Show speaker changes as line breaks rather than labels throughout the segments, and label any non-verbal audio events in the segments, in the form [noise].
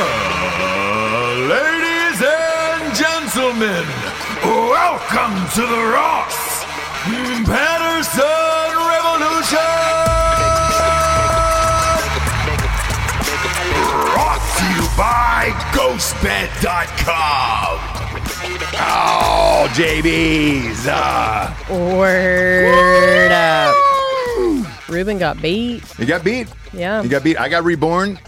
Uh, Ladies and gentlemen, welcome to the Ross Patterson Revolution! Brought to you by GhostBed.com.
Oh, JB's. Uh,
Word up. Ruben got beat.
you got beat.
Yeah.
He got beat. I got reborn,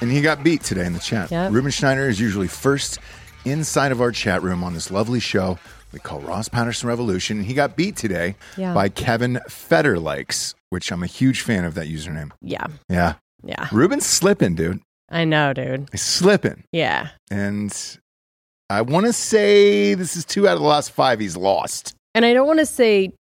and he got beat today in the chat.
Yep.
Ruben Schneider is usually first inside of our chat room on this lovely show we call Ross Patterson Revolution. He got beat today
Yeah.
by Kevin Federlikes, which I'm a huge fan of that username.
yeah.
Yeah.
Yeah.
Ruben's slipping, dude.
I know, dude.
He's slipping.
Yeah.
And I want to say this is two out of the last five he's lost.
And I don't want to say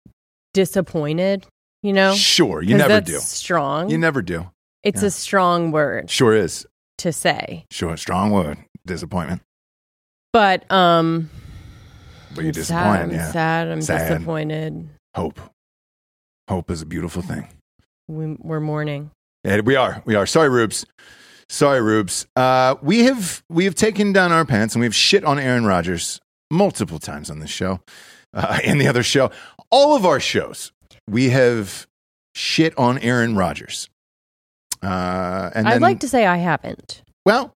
disappointed, you know?
Sure. You
'Cause
never
that's
do.
Strong.
You never do.
it's
yeah.
a strong word
Sure is.
to say.
Sure. Strong word. Disappointment.
But um
But you're
I'm
disappointed.
Sad, I'm
yeah.
sad. I'm
Sad.
disappointed.
Hope. Hope is a beautiful thing.
We, we're mourning.
Yeah, we are. We are. Sorry, Rubes. Sorry, Rubes. Uh, we have we have taken down our pants and we have shit on Aaron Rodgers multiple times on this show [laughs] uh, and the other show. All of our shows, we have shit on Aaron Rodgers. Uh, and
I'd
then,
like to say I haven't.
Well,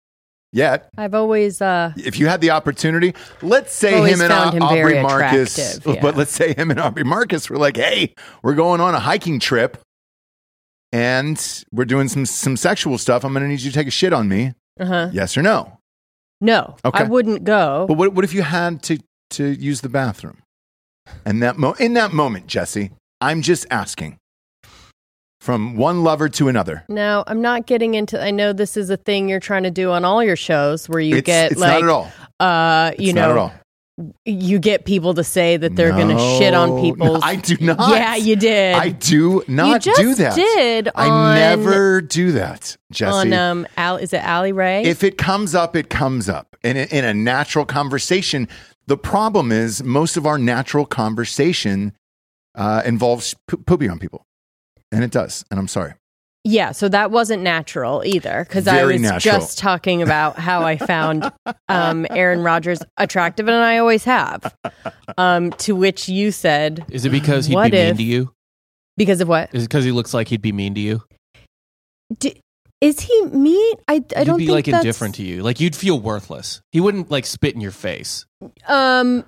yet
I've always uh
if you had the opportunity, let's say
Always
him and
found him
Au- Aubrey
very
Marcus,
attractive, yeah.
[laughs] but let's say him and Aubrey Marcus were like, "Hey, we're going on a hiking trip, and we're doing some some sexual stuff. I'm going to need you to take a shit on me,
uh-huh.
yes or no."
No,
Okay.
I wouldn't go.
But what what if you had to to use the bathroom, and that mo- in that moment, Jesse, I'm just asking. From one lover to another.
No, I'm not getting into. I know this is a thing you're trying to do on all your shows where you
it's
get
it's
like,
not at all.
uh, you
It's
know,
not at all.
you get people to say that they're going to shit
No,
on
no,
people.
I do not.
Yeah, you did.
I do not
you just
do that.
Did on,
I never do that, Jesse.
on um Al? Is it Ally Ray?
if it comes up, it comes up in a, in a natural conversation. The problem is most of our natural conversation uh, involves p- pooping on people, and it does. And I'm sorry.
yeah, so that wasn't natural either because I
Very
was
natural.
just talking about how
[laughs]
I found um Aaron Rodgers attractive, and I always have. Um, to which you said
Is it because he'd
What
be
if-
mean to you?
because of what?
Is it because he looks like he'd be mean to you?
D- is he mean? I I
You'd
don't
be
think
like
that's,
indifferent to you. Like you'd feel worthless. He wouldn't like spit in your face.
Um,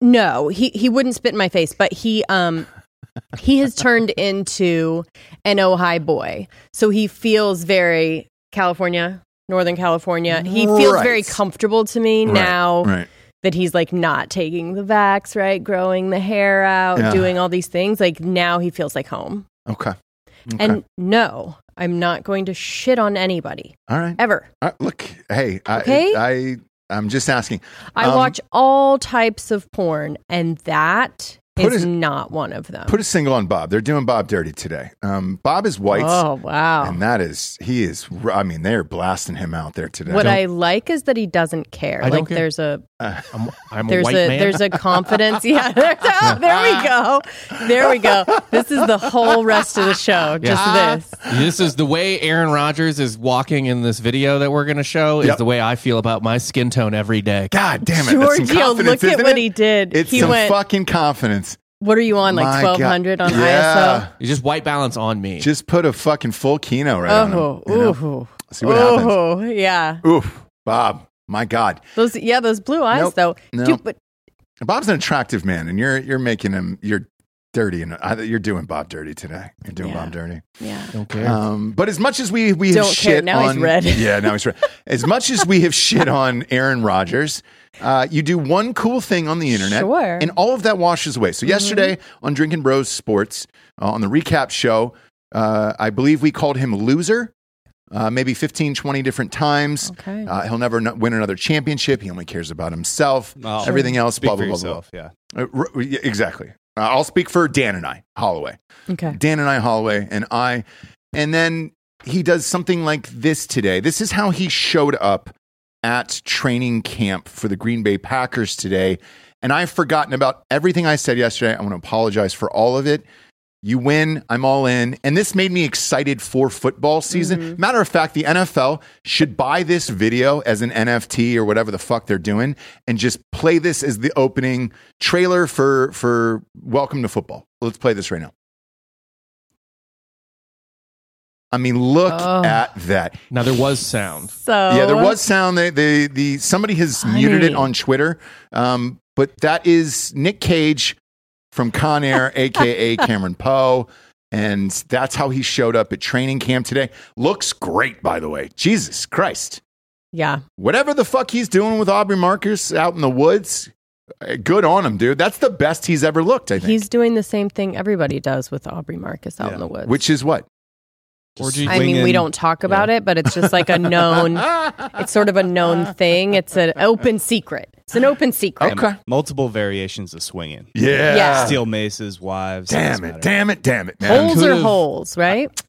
no, he he wouldn't spit in my face, but he um he has turned into an Ohio boy, so he feels very California, Northern California. He feels
Right.
very comfortable to me
Right,
now
Right.
that he's like not taking the vax, right, growing the hair out,
Yeah.
doing all these things. Like now he feels like home.
Okay. okay.
And no, I'm not going to shit on anybody
all right.
ever.
All right. Look. Hey. I,
Okay?
I, I am just asking.
I
Um,
watch all types of porn, and that
Put
is
a-
not one of them.
Put a single on Bob. They're doing Bob dirty today. Um, Bob is white.
Oh wow!
And that is, he is, r- I mean, they're blasting him out there today.
what
don't-
I like is that he doesn't care.
I don't
like
care.
there's a
I'm, I'm a
there's
white
a
man.
there's a
[laughs]
confidence. Yeah, [laughs] there's, oh, there we go. There we go. This is the whole rest of the show. Just this.
[laughs] this is the way Aaron Rodgers is walking in this video that we're going to show is
Yep.
the way I feel about my skin tone every day.
God damn it. that's some
Giorgio,
confidence,
look at
isn't
what
it?
he did.
It's
he
some
went.
fucking confidence.
what are you on?
My
Like
God.
twelve hundred on
yeah.
It's just white balance on me.
Just put a fucking full kino right on him.
ISO. Oh,
you know?
ooh,
See what happens.
oh, yeah.
Oof. Bob. My God.
Those, yeah, those blue eyes
Nope.
though.
No.
Dude, but
Bob's an attractive man, and you're you're making him you're dirty and I- you're doing Bob dirty today. You're doing
Yeah.
Bob dirty.
yeah,
Don't care.
uh,
Um, but as much as we we have
Don't care.
shit
Now he's
on
red.
[laughs] yeah, now he's red. As much as we have shit on Aaron Rodgers, uh, you do one cool thing on the internet,
Sure. Mm-hmm.
and all of that washes away. So yesterday on Drinking Bros Sports uh, on the recap show, uh, I believe we called him loser. Uh, maybe 15, 20 different times.
Okay.
Uh, he'll never no- win another championship. He only cares about himself.
Oh.
Everything else,
Speak
blah,
for
blah, blah, blah.
yourself. Yeah.
Uh, r- r- yeah, exactly. Uh, I'll speak for Dan and I, Holloway.
okay.
Dan and I, Holloway, and I. And then he does something like this today. This is how he showed up at training camp for the Green Bay Packers today. And I've forgotten about everything I said yesterday. I want to apologize for all of it. You win, I'm all in. And this made me excited for football season. Matter of fact, the NFL should buy this video as an NFT or whatever the fuck they're doing and just play this as the opening trailer for for Welcome to Football. Let's play this right now. I mean, look
Oh.
at that.
now there was sound.
So
Yeah, there was sound. They, they, the somebody has muted it
Funny.
on Twitter. Um, but that is Nick Cage from Con
[laughs]
Air, aka Cameron Poe, and that's how he showed up at training camp today. Looks great, by the way. Jesus Christ!
Yeah,
Whatever the fuck he's doing with Aubrey Marcus out in the woods, eh, good on him, dude. That's the best he's ever looked. I think.
he's doing the same thing everybody does with Aubrey Marcus out
Yeah.
in the woods.
Which is what?
Orgy
I mean, we don't talk about it, but it's just like
[laughs]
a known. it's sort of a known thing. It's an open secret. It's an open secret.
Okay.
Multiple variations of swinging.
Yeah.
Yeah.
Steel maces, wives.
Damn
doesn't
it!
matter.
Damn it! Damn it! Man.
Holes are
Could've-
holes, right?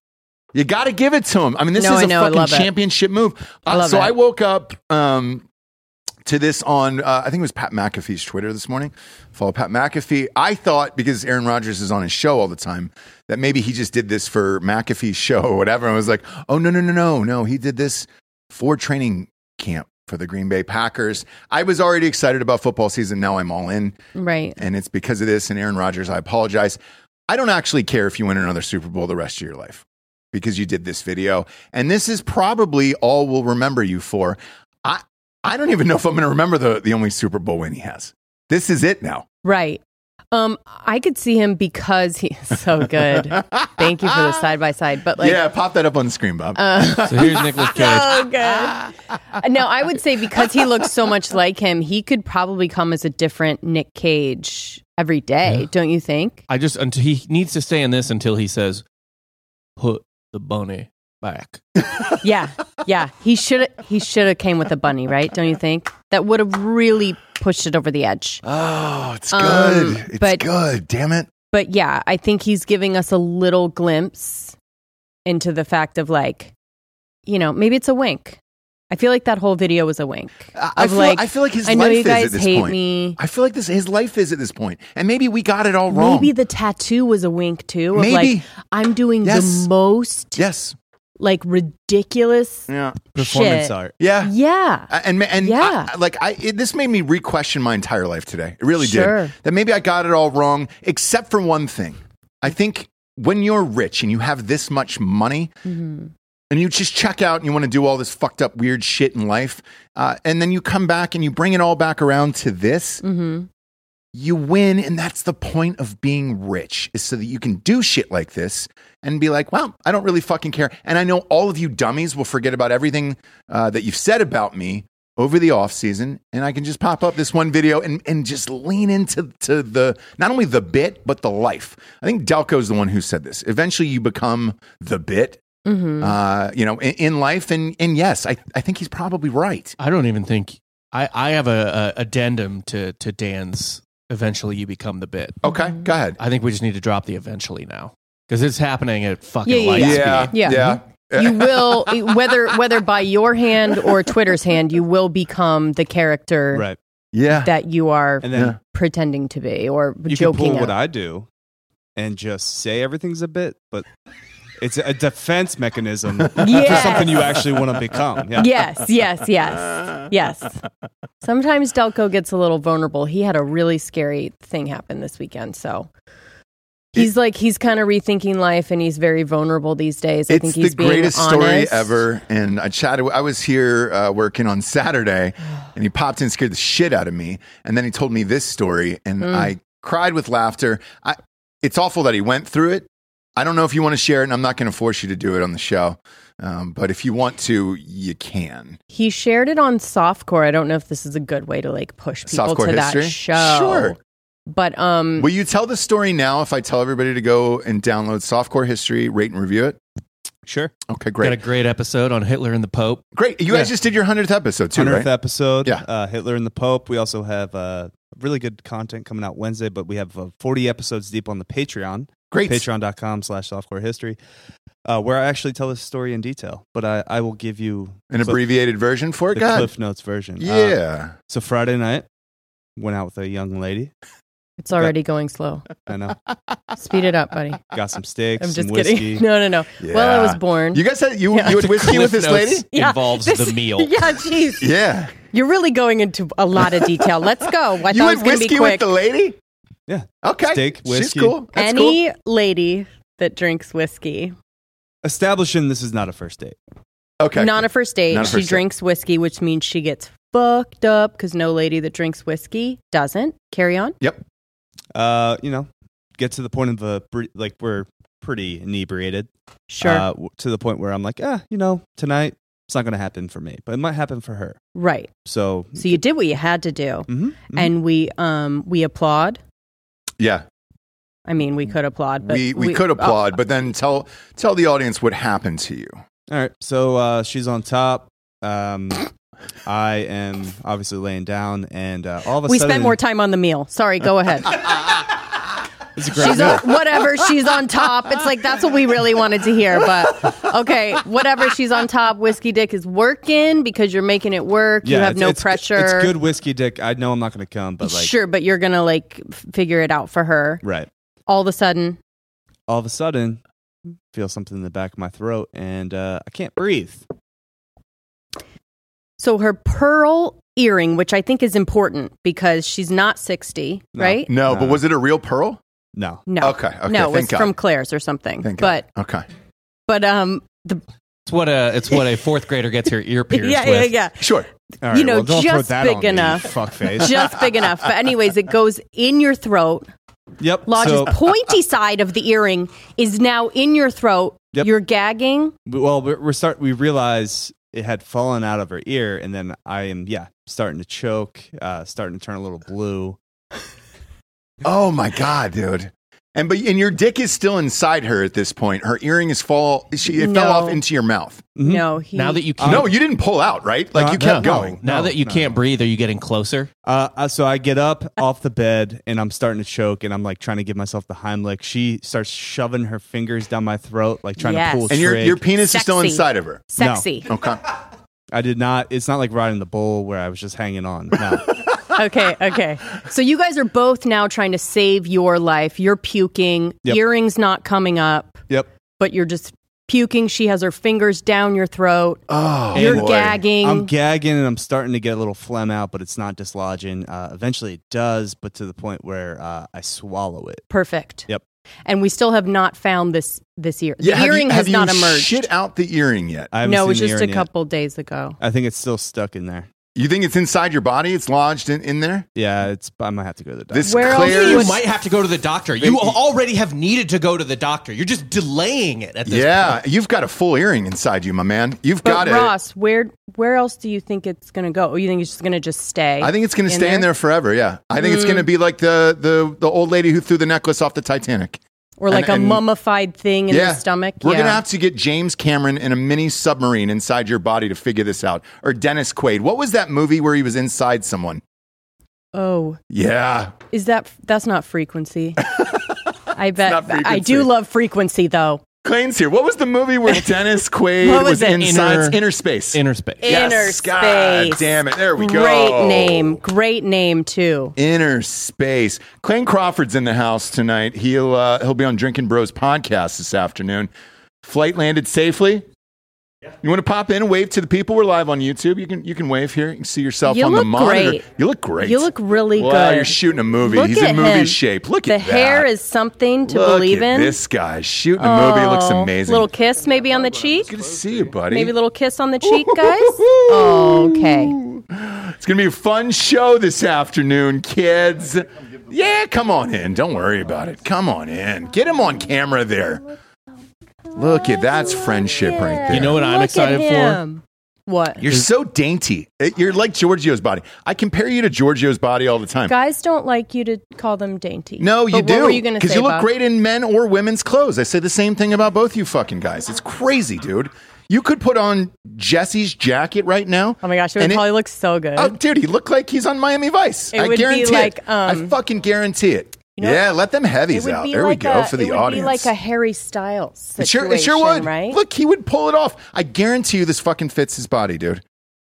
You got to give it to him. I mean, this
No,
is
I
a
know. I
fucking
love it.
championship move.
I
Uh,
love
so
it.
I woke up um, to this on, uh, I think it was Pat McAfee's Twitter this morning. Follow Pat McAfee. I thought because Aaron Rodgers is on his show all the time that maybe he just did this for McAfee's show or whatever. I was like, oh, no, no, no, no, no. He did this for training camp for the Green Bay Packers. I was already excited about football season. Now I'm all in
Right.
and it's because of this and Aaron Rodgers. I apologize. I don't actually care if you win another Super Bowl the rest of your life because you did this video, and this is probably all we'll remember you for. I I don't even know if I'm going to remember the the only Super Bowl win he has. This is it now.
Right. Um, I could see him because he's so good. Thank you for the side by side. But like, uh,
yeah, pop that up on the screen, Bob.
So
[laughs]
here's Nicholas Cage.
so good. No, I would say because he looks so much like him, he could probably come as a different Nick Cage every day,
Yeah.
don't you think?
I just until he needs to stay in this until he says, "Put the bunny back."
yeah, yeah. He should he should have came with a bunny, right? Don't you think? That would have really pushed it over the edge.
Oh, it's
Um,
good. it's
but-
good. Damn it.
But yeah, I think he's giving us a little glimpse into the fact of like, you know, maybe it's a wink. I feel like that whole video was a wink.
I, I
of
feel,
like,
I feel like his
I know
life
you
is
guys
at this
hate
point.
me.
I feel like this his life is at this point, and maybe we got it all wrong.
Maybe the tattoo was a wink too. Of
Maybe.
like I'm doing
Yes.
the most
yes.
like ridiculous.
Yeah.
Performance
shit.
art.
Yeah.
Yeah.
I- Uh, And ma- and
Yeah.
I- I- like I, it, this made me re-question my entire life today. It really
Sure.
did. That maybe I got it all wrong, except for one thing. I think when you're rich and you have this much money,
Mm-hmm.
and you just check out and you want to do all this fucked up weird shit in life, uh, and then you come back and you bring it all back around to this,
Mm-hmm.
you win, and that's the point of being rich is so that you can do shit like this and be like, "Well, I don't really fucking care." And I know all of you dummies will forget about everything uh, that you've said about me over the off season, and I can just pop up this one video and and just lean into to the not only the bit but the life. I think Delco's the one who said this. Eventually, you become the bit,
Mm-hmm.
uh, you know, in, in life. And and yes, I I think he's probably right.
I don't even think I I have a, a addendum to to Dan's. Eventually, you become the bit.
Okay, go ahead.
I think we just need to drop the eventually now because it's happening at fucking
Yeah, yeah,
light
yeah.
speed.
Yeah.
Mm-hmm.
you will whether whether by your hand or Twitter's hand, you will become the character
Right.
yeah.
that you are
And then
Yeah.
pretending to be or
you can
joking.
pull what
at.
I do and just say everything's a bit, but it's a defense mechanism for
Yes.
something you actually want to become. Yeah.
yes, yes, yes, yes. Sometimes Delco gets a little vulnerable. He had a really scary thing happen this weekend, so he's like he's kind of rethinking life, and he's very vulnerable these days. I
It's
think he's
the
being
greatest story
honest.
ever. And I chatted. I was here uh, working on Saturday, and he popped in, scared the shit out of me, and then he told me this story, and
Mm.
I cried with laughter. I, it's awful that he went through it. I don't know if you want to share it, and I'm not going to force you to do it on the show. Um, but if you want to, you can.
He shared it on Softcore. I don't know if this is a good way to like push people
Softcore
to
history?
that show.
Sure.
But um
Will you tell the story now? If I tell everybody to go and download Softcore History, rate and review it.
Sure.
Okay,
Got a
great,
great episode on Hitler and the Pope.
great. You guys just did your hundredth episode too,
100th
right?
episode.
Yeah.
Uh, Hitler and the Pope. We also have uh, really good content coming out Wednesday, but we have uh, 40 episodes deep on the Patreon.
Great.
Patreon.com slash softcore history, uh, where I actually tell this story in detail, but I, I will give you
An
cliff-
abbreviated version for it.
the
God,
Cliff Notes version. Uh,
yeah.
so Friday night, went out with a young lady.
it's already going slow.
I know.
Speed it up, buddy.
Got some steaks,
I'm just
some whiskey.
kidding. [laughs] No, no, no. Well, I was born.
You guys had you you had whiskey with
Cliff
this
Notes
lady?
Yeah,
Involves
this-
the meal.
[laughs] Yeah, jeez.
Yeah.
You're really going into a lot of detail. Let's go. I
you
thought it
had
was going to be
whiskey with
quick.
the lady?
Yeah.
Okay.
Steak, whiskey.
She's cool. That's cool.
Any lady that drinks whiskey,
Establishing this is not a first date.
Okay.
not a first date,
Not a
she
first date.
drinks whiskey, which means she gets fucked up because no lady that drinks whiskey doesn't. Carry on.
Uh, you know, get to the point of a bre- like we're pretty inebriated.
Sure.
Uh, w- to the point where I'm like, ah, you know, tonight it's not going to happen for me, but it might happen for her.
right.
So,
So you did what you had to do,
Mm-hmm,
mhm, mhm.
and we um we applaud.
Yeah.
I mean, we oh. could applaud, but
We, we could applaud, but then tell tell the audience what happened to you.
all right. So uh, she's on top. Um, I am obviously laying down, and uh, all of a
we
sudden
spent more time on the meal. Sorry, go
[laughs]
ahead.
It's a great
She's
meal.
on, whatever. She's on top. It's like that's what we really wanted to hear. But okay, whatever. She's on top. Whiskey dick is working because you're making it work. you have
it's-
no
it's-
pressure.
It's good whiskey, Dick. I know I'm not going to come, but like,
sure, but you're gonna like f- figure it out for her.
right.
All of a sudden,
All of a sudden, feel something in the back of my throat, and uh, I can't breathe.
so her pearl earring, which I think is important because she's not sixty,
No.
right?
No, but
Uh,
was it a real pearl?
No,
No.
Okay, okay,
no,
thank
it's
God.
from Claire's or something.
Thank
but
God. Okay.
but um [laughs] the
It's what a it's what a
[laughs]
fourth grader gets her ear pierced
yeah
with.
yeah yeah.
Sure.
All
You know,
don't throw
just
that
big
on me, you
enough.
Fuckface.
Just big enough. But anyways, it goes in your throat.
yep.
lodges
So,
pointy side of the earring is now in your throat.
Yep.
You're gagging.
well, we're, we're start. We realize it had fallen out of her ear, and then I am yeah starting to choke, uh, starting to turn a little blue.
Oh my god, dude. And but and your dick is still inside her at this point. Her earring is fall. She it fell
No.
off into your mouth.
No, he,
Now that you can't,
no, you didn't pull out, right? Like
No,
you kept
no.
going.
Now
Uh, No,
that you
Oh, no.
can't breathe, are you getting closer?
Uh, uh, so I get up off the bed and I'm starting to choke and I'm like trying to give myself the Heimlich. She starts shoving her fingers down my throat, like trying
Yes.
to pull a
And your
trig.
your penis is still
Sexy.
inside of her.
sexy.
[laughs] Okay.
I did not. It's not like riding the bull where I was just hanging on.
[laughs]
No.
okay, okay. So you guys are both now trying to save your life. You're puking,
Yep.
earrings not coming up,
yep.
but you're just puking. She has her fingers down your throat.
Oh,
you're
boy.
gagging.
I'm gagging and I'm starting to get a little phlegm out, but it's not dislodging. Uh, eventually it does, but to the point where uh, I swallow it.
Perfect.
Yep.
And we still have not found this this ear. The
Yeah, have
earring
you,
has
have
not
you
emerged.
Shit out the earring yet?
I haven't
no, it
seen
was
the
just a
urine yet.
couple days ago.
I think it's still stuck in there.
You think it's inside your body? It's lodged in, in there.
Yeah, it's. I might have to go to the doctor.
This
Where else
clears.
You might have to go to the doctor. You al- already have needed to go to the doctor. You're just delaying it at this
yeah, you've got a full earring inside you, my man. You've
But
got it.
Ross, where where else do you think it's going to go? Or you think it's just going to just stay?
I think it's going to stay in there forever. Yeah, I think it's going to
Mm.
be like the, the the old lady who threw the necklace off the Titanic.
or like
and-
a
and-
mummified thing in the stomach.
We're
yeah.
gonna have to get James Cameron in a mini submarine inside your body to figure this out. Or Dennis Quaid. What was that movie where he was inside someone?
Oh,
Yeah.
is that that's not
[laughs]
frequency? I bet
not
I
frequency.
do love frequency though.
Clayne's here. What was the movie
[laughs]
where Dennis Quaid
What
was,
was it?
inside
Inner-
It's inner space?
inner space.
Yes,
Inner
God
space.
damn it. There we go.
Great name. Great name too.
Inner space. Clayne Crawford's in the house tonight. He'll uh, he'll be on Drinking Bros podcast this afternoon. Flight landed safely. You want to pop in and wave to the people? We're live on YouTube. You can you can wave here. You can see yourself
You
on the
look
monitor.
great.
You look great.
You look really
wow,
good.
You're shooting a movie.
Look
He's in
at
movie
him.
shape. Look
the
at that.
hair is something to
Look
believe
at
in.
This guy shooting a movie It looks
Oh,
amazing.
Little kiss maybe on the cheek.
Good to see you, buddy.
Maybe a little kiss on the cheek,
[laughs]
guys. Oh, okay.
It's going to be a fun show this afternoon, kids. Yeah, come on in. Don't worry about it. Come on in. Get him on camera there. Look at that's friendship right there.
You know what I'm
Look at
excited for?
him. What?
you're so dainty. It- You're like Giorgio's body. I compare you to Giorgio's body all the time.
Guys don't like you to call them dainty.
No, you
But
do.
What were you going to
Because
say?
you look
Bob?
great in men or women's clothes. I say the same thing about both you fucking guys. It's crazy, dude. You could put on Jesse's jacket right now.
Oh my gosh, it would
and
probably look so good.
Oh, dude, he looked like he's on Miami Vice.
It
I
would be
guarantee
like,
it.
um,
I fucking guarantee it.
know-
yeah, let them heavies out. There we go
a,
for
it
the
would
audience.
Be like a Harry Styles situation,
it, sure, it sure would.
right?
Look, he would pull it off. I guarantee you this fucking fits his body, dude.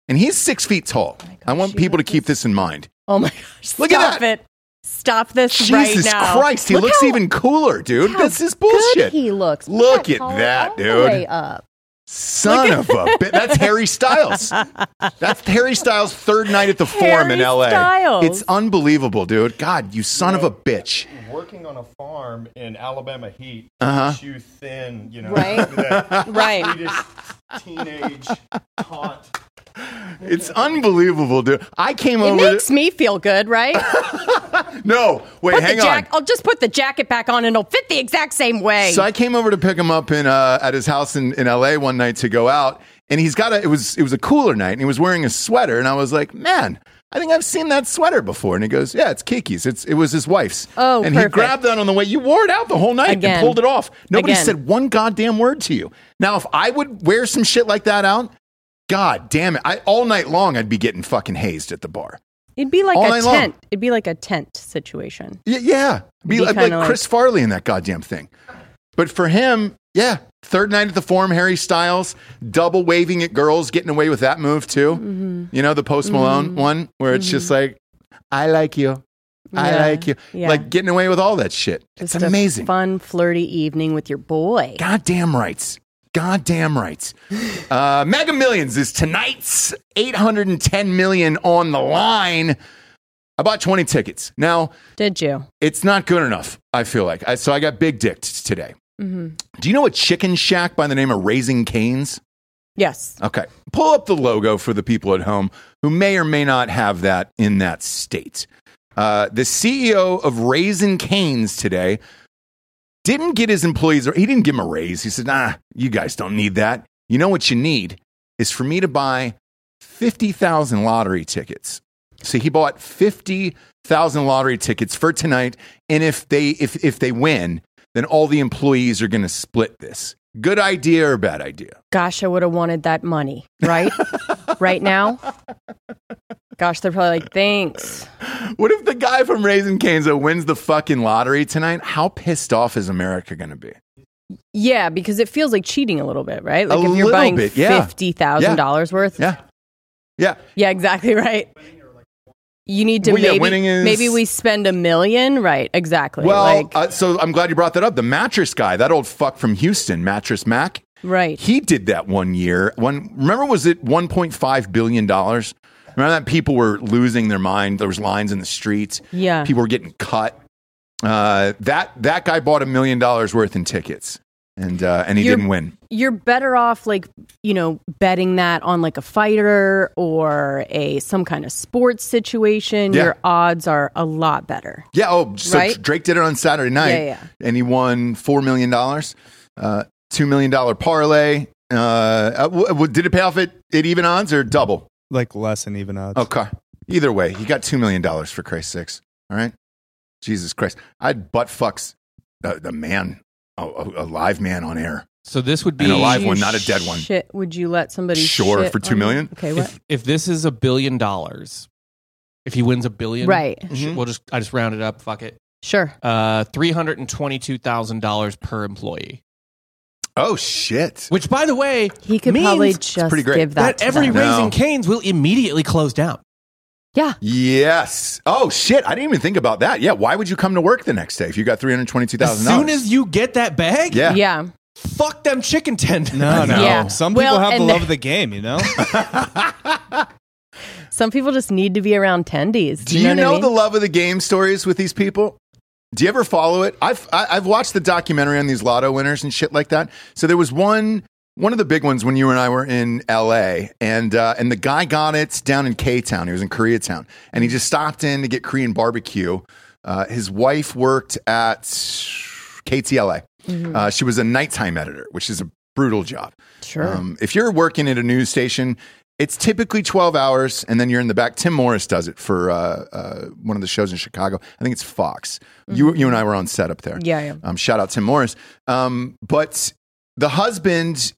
And he's six feet tall. I want people to keep this in mind.
oh my gosh,
Look at
stop
that.
it! Stop this right
Jesus
now!
Christ, he
Look
looks
how-
even cooler, dude.
how
This is
Good
bullshit.
he looks. Put
Look at
collar
that,
all
dude.
The way
[laughs]
up.
Son of
[laughs]
a bitch. That's Harry Styles. That's Harry Styles' third night at the Forum in
Harry
LA.
Styles.
It's unbelievable, dude. God, you son of a bitch.
working on a farm in Alabama heat
Uh-huh.
keeps you thin, you know,
Right.
that
Right.
Swedish teenage taunt.
It's unbelievable, dude. I came
It
over.
makes me feel good, right?
[laughs] no, wait,
Put
hang
the jack-
on.
I'll just put the jacket back on and it'll fit the exact same way.
So I came over to pick him up in uh, at his house in, in LA one night to go out, and he's got a it was it was a cooler night, and he was wearing a sweater, and I was like, man. I think I've seen that sweater before, and he goes, "Yeah, it's Kiki's. It's it was his wife's."
Oh,
and
perfect.
he grabbed that on the way. You wore it out the whole night
Again.
and pulled it off. Nobody
Again.
said one goddamn word to you. Now, if I would wear some shit like that out, god damn it, I all night long I'd be getting fucking hazed at the bar.
It'd be like
All
a
night
tent.
long.
It'd be like a tent situation.
Yeah, yeah. Be,
Be
like,
kinda
like
like-
Chris Farley in that goddamn thing. But for him, yeah, third night at the Forum, Harry Styles, double waving at girls, getting away with that move too.
Mm-hmm.
You know the Post Malone one where it's just like, I like you, I
Yeah,
like you,
yeah.
like getting away with all that shit.
Just
it's
a
amazing.
fun, flirty evening with your boy.
Goddamn rights. Goddamn
[gasps]
rights. Uh, Mega Millions is tonight's 810 million on the line. I bought 20 tickets. Now,
Did you?
it's not good enough. I feel like I, so. I got big dicked today. Do you know a chicken shack by the name of Raising Canes?
Yes.
Okay, pull up the logo for the people at home who may or may not have that in that state. Uh, the CEO of Raising Canes today didn't get his employees, or he didn't give them a raise. He said, "Nah, you guys don't need that. You know what you need is for me to buy fifty thousand lottery tickets So he bought 50,000 lottery tickets for tonight. And if they, if, if they win, then all the employees are going to split this. Good idea or bad idea?
Gosh, I would have wanted that money,
[laughs]
right? right now? Gosh, they're probably like, thanks.
What if the guy from Raising Cane's that wins the fucking lottery tonight? How pissed off is America going to be?
Yeah, because it feels like cheating a little bit, right? Like
A
if
little
you're buying
bit, yeah.
fifty thousand dollars worth.
Yeah. Yeah.
Yeah, exactly right. You need to
Well, yeah,
maybe
winning is-
maybe we spend a million, right? Exactly.
Well,
like,
uh, so I'm glad you brought that up. The mattress guy, that old fuck from Houston, Mattress Mac,
right.
he did that one year. One, remember, was it 1.5 billion dollars? Remember that people were losing their mind. There was lines in the streets.
Yeah.
people were getting cut. Uh, that that guy bought a million dollars worth in tickets, and uh, and he
You're-
didn't win.
You're better off like, you know, betting that on like a fighter or a some kind of sports situation.
Yeah.
Your odds are a lot better.
Yeah. Oh, so
Right?
Drake did it on Saturday night,
Yeah, yeah.
and he won four million dollars, uh, two million dollar parlay. Uh, uh, w- w- did it pay off at, at even odds or double?
Like less than even odds.
Okay. Either way, he got two million dollars for Christ's sakes. All right. Jesus Christ, I'd butt fucks uh, the man, a, a, a live man on air.
So this would be
And a live
Would
one,
you
not a dead one.
Shit, would you let somebody?
Sure,
shit
for two
on you?
million?
Okay, what?
if, if this is a billion dollars, if he wins a billion,
Right.
sh- We'll just I just round it up. Fuck it.
Sure.
Uh, three hundred and twenty-two thousand dollars per employee.
Oh shit.
Which, by the way,
He could
means
probably just
pretty great.
give that,
that
to
every
them.
No.
raising canes will immediately close down.
Yeah.
Yes. Oh shit! I didn't even think about that. Yeah. Why would you come to work the next day if you got three hundred twenty-two
As
thousand dollars?
soon as you get that bag,
yeah.
Yeah.
fuck them chicken tenders.
[laughs] No, no.
Yeah.
Some
Well,
people have the
and
love
[laughs] the-
of the game, you know?
Some people just need to be around tendies.
Do you
what I
know
mean?
the love of the game stories with these people? Do you ever follow it? I've I, I've watched the documentary on these lotto winners and shit like that. So there was one one of the big ones when you and I were in L.A. and uh, and the guy got it down in K Town. He was in Koreatown, and he just stopped in to get Korean barbecue. Uh, his wife worked at KTLA. Uh, she was a nighttime editor, which is a brutal job.
Sure.
Um, if you're working at a news station, it's typically 12 hours and then you're in the back. Tim Morris does it for uh, uh, one of the shows in Chicago. I think it's Fox. You, you and I were on set up there.
Mm-hmm. Yeah, yeah.
Um, shout out Tim Morris. Um, but the husband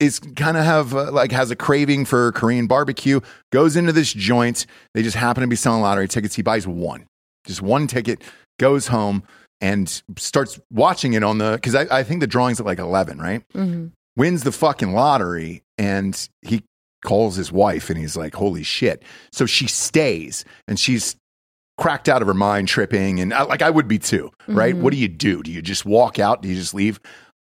is kind of have uh, like has a craving for Korean barbecue, goes into this joint. They just happen to be selling lottery tickets. He buys one, just one ticket, goes home and starts watching it on the, because I, I think the drawing's at like 11, right?
Mhm.
wins the fucking lottery and he calls his wife and he's like, holy shit. So she stays and she's cracked out of her mind, tripping. And I, like I would be too, right? What do you do? Do you just walk out? Do you just leave?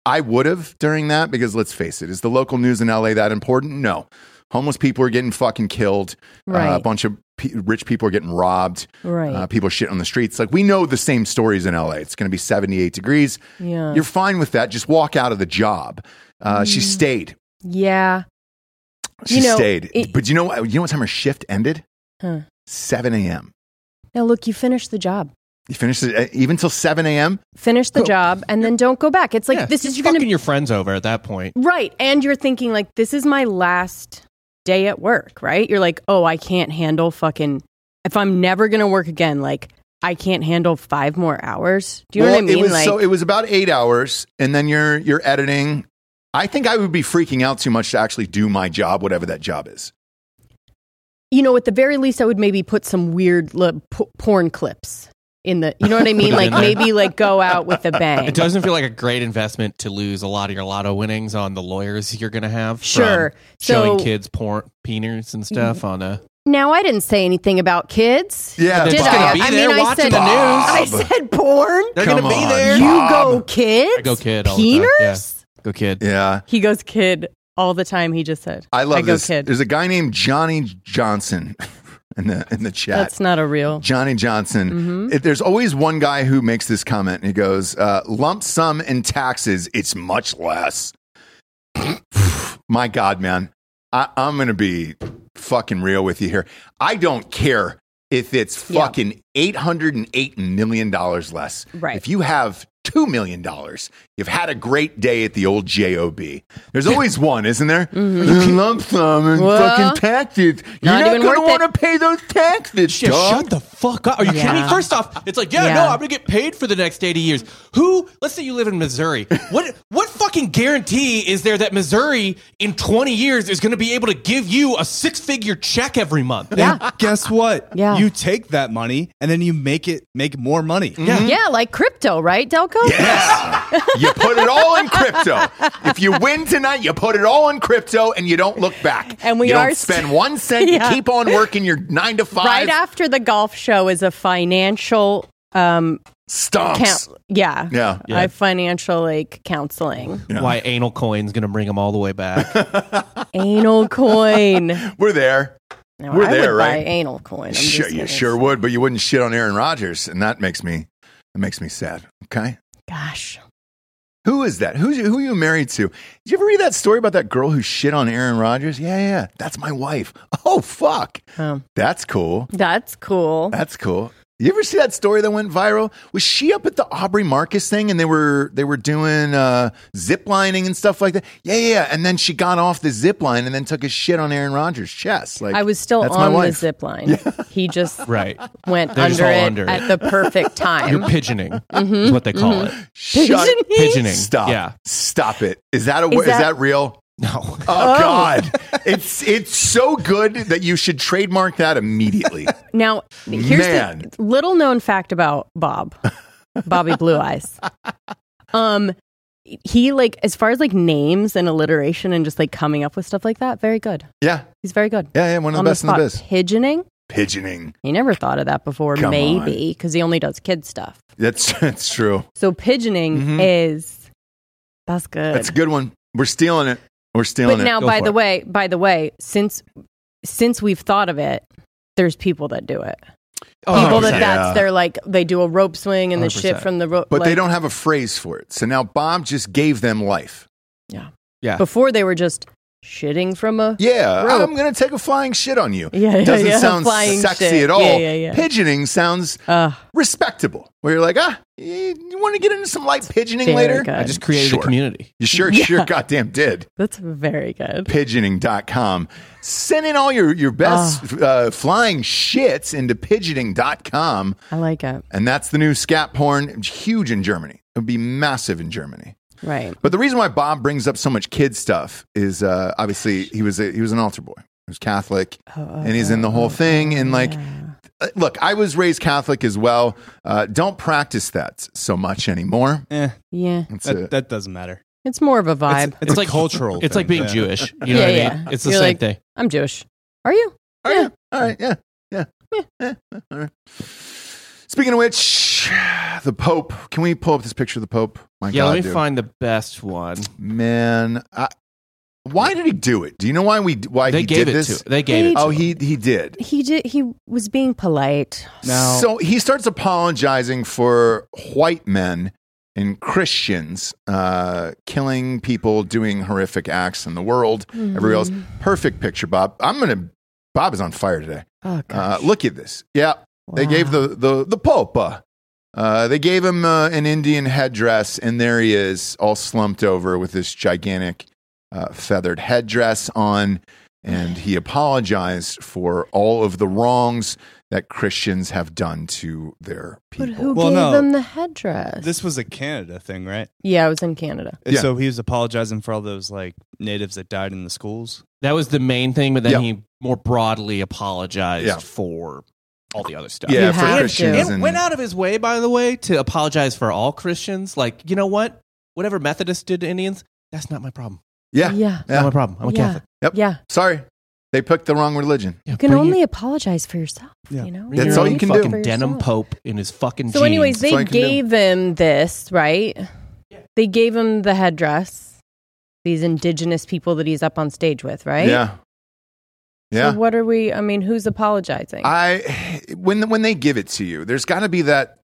I would have during that because let's face it, is the local news in LA that important? No. Homeless people are getting fucking killed. Uh, a
Right.
bunch of pe rich people are getting robbed.
Right.
Uh, people are shit on the streets. Like we know the same stories in LA. It's going to be 78 degrees.
Yeah.
You're fine with that. Just walk out of the job. Uh, She stayed.
yeah.
She
You know,
stayed.
it-
but you know, what- you know what time her shift ended?
Huh.
7 a.m.
Now look, you finish the job.
You finished it, uh, even till 7 a.m.
Finish the job and then don't go back. It's like
Yeah,
this
you're
is you're gonna
fucking your friends over at that point.
Right. And you're thinking, like, this is my last day at work, right? You're like, oh, I can't handle fucking, if I'm never going to work again, like, I can't handle five more hours. Do you know
Well,
what I mean?
It was,
like,
so it was about eight hours, and then you're you're editing. I think I would be freaking out too much to actually do my job, whatever that job is.
you know, at the very least, I would maybe put some weird li- po- porn clips in the, you know what I mean?
it
like,
in there.
maybe like go out with
[laughs]
a bang.
It doesn't feel like a great investment to lose a lot of your lotto winnings on the lawyers you're going to have. from
Sure.
showing
So- Mm-hmm.
kids porn peeners and stuff on a.
Now, I didn't say anything about kids.
Yeah,
They're
Did
just
I?
going to be
I
there
mean, I
watching
said-
the
I
news.
said porn.
They're
Come
going to be
on.
there.
You
Bob.
go kids?
I go kid all the
Peeners?
time. Yeah. Go kid.
Yeah,
He goes kid all the time. He just said,
I love
I go
this.
kid.
There's a guy named Johnny Johnson [laughs] in the in the chat.
That's not a real.
Johnny Johnson.
Mm-hmm.
If there's always one guy who makes this comment, and he goes, uh, "Lump sum and taxes, it's much less." [sighs] My God, man, I, I'm gonna be fucking real with you here. I don't care if it's
Yeah.
fucking eight hundred and eight million dollars less.
Right.
If you have $2 million. You've had a great day at the old JOB. There's always one, isn't there? The [laughs] Lump sum and
Mm-hmm. Well,
fucking taxes. You're
not
not,
even
going to
worth it.
want to pay those taxes,
Yeah,
dog.
shut the fuck up. Are you kidding
Yeah.
me? First off, it's like, yeah,
Yeah.
no, I'm gonna get paid for the next 80 years. Who let's say you live in Missouri. What what fucking guarantee is there that Missouri in 20 years is gonna be able to give you a six figure check every month?
And guess what?
[laughs] Yeah.
You take that money and then you make it make more money. Yeah.
Yeah, like crypto, right, Delco?
Yes. you put it all in crypto. If you win tonight, you put it all in crypto and you don't look back.
And we
you
are
don't
st-
spend one cent.
[laughs] Yeah.
You keep on working your nine to five.
Right after the golf show is a financial um
stonks.
count. Yeah.
Yeah.
I financial like counseling.
Why anal coin's gonna bring them all the way back?
[laughs]
anal coin.
We're there.
No,
We're
I
there,
would
right?
buy anal coin. I'm
Sure,
just
you
kidding.
sure would, but you wouldn't shit on Aaron Rodgers, and that makes me that makes me sad. Okay.
Gosh.
Who is that? Who's, who are you married to? Did you ever read that story about that girl who shit on Aaron Rodgers? Yeah, yeah, that's my wife. Oh, fuck.
Um,
That's cool.
that's cool.
That's cool. You ever see that story that went viral? Was she up at the Aubrey Marcus thing and they were they were doing uh, zip lining and stuff like that? Yeah, yeah. yeah. And then she got off the zip line and then took a shit on Aaron Rodgers' chest. Like
I was still
that's my
on the
wife.
zip line. He just
[laughs] right.
went
They're just
under
all
it
under
at
it.
the
[laughs]
perfect time.
You're pigeoning
Mm-hmm.
is what they call it.
Shut
Pigeoning.
Stop.
Yeah.
Stop it. Is that a is
that-
that real?
No.
Oh,
[laughs]
God. it's it's so good that you should trademark that
[laughs]
immediately.
Now, here's
Man.
the little known fact about Bob, Bobby Blue Eyes. Um, he like as far as like names and alliteration and just like coming up with stuff like that. Very good.
yeah.
He's very good.
Yeah, yeah, one of the best in the biz.
spot. Pigeoning.
Pigeoning.
He never thought of that before.
Come on.
maybe because he only does kid stuff.
That's [laughs] that's true.
So pigeoning
Mhm.
is that's good.
That's a good one. We're stealing it. We're stealing
but
it.
now,
Go
by
for
the
it.
way, by the way, since since we've thought of it, there's people that do it. people
Oh,
Oh,
that
yeah.
that's they're like they do a rope swing and the shit
100%.
from the rope.
But
like,
they don't have a phrase for it. So now Bob just gave them life.
Before they were just shitting from a
Yeah,
Rope.
I'm going to take a flying shit on you.
Yeah, yeah,
Doesn't
yeah.
sound
Flying
sexy
shit.
at all.
Yeah, yeah, yeah.
Pigeoning sounds
uh,
respectable. Where you're like, ah, you, want to get into some light pigeoning
very
later?
good.
I just created
Sure.
a community.
You sure,
[laughs]
sure, goddamn did.
that's very good.
Pigeoning.com. Send in all your, your best uh, flying shits into pigeoning.com.
I like it.
And that's the new scat porn. Huge in Germany. It would be massive in Germany.
Right.
But the reason why Bob brings up so much kid stuff is uh, obviously he was a, he was an altar boy. He was Catholic, and he's in the whole thing. And like, uh, look, I was raised Catholic as well. Uh, don't practice that so much anymore.
Eh,
Yeah.
It's a-
that, that doesn't matter.
It's more of a vibe.
It's, like cultural.
It's like being
thing, yeah.
Jewish. [laughs] You
yeah,
know what I
yeah.
mean? It's the
You're
same
like,
thing.
I'm Jewish. Are you?
Are you? All right. Yeah. Yeah. Yeah. All right. Speaking of which, the Pope. Can we pull up this picture of the Pope? My
Yeah, let me
dude.
find the best one.
Man, I, why did he do it? Do you know why we why
They
he
gave
did
it
this?
to. They gave it. To
Oh,
him.
he he did.
He did. He was being polite.
Now,
So he starts apologizing for white men and Christians uh, killing people, doing horrific acts in the world.
Mm-hmm.
Everywhere else, perfect picture, Bob. I'm gonna. Bob is on fire today.
Oh,
Uh,
gosh.
look at this. Yeah, they
Wow.
gave the the the Pope. Uh, uh, they gave him uh, an Indian headdress, and there he is, all slumped over with this gigantic uh, feathered headdress on. And he apologized for all of the wrongs that Christians have done to their people.
But who
Well,
gave
no.
them the headdress?
this was a Canada thing, right?
yeah, I was in Canada.
And
Yeah.
So he was apologizing for all those like natives that died in the schools.
That was the main thing, but then
Yeah.
he more broadly apologized
Yeah.
for all the other stuff.
yeah,
You have
for
to.
Christians.
And went out of his way, by the way, to apologize for all Christians. Like, you know what? Whatever Methodists did to Indians, that's not my problem.
yeah,
Yeah.
That's
Yeah.
not my problem. I'm a
yeah.
Catholic.
Yep.
Yeah.
sorry. They picked the wrong religion.
Yeah,
You can
bring
only
your-
apologize for yourself.
Yeah.
You know.
bring
That's
your
all
own
you can do.
fucking
For
Denim
yourself.
Pope in his fucking
So,
jeans.
anyways,
all
they
you can do.
gave him this, right? They gave him the headdress. These indigenous people that he's up on stage with, right?
Yeah, yeah.
So what are we? I mean, who's apologizing?
I when when they give it to you, there's got to be that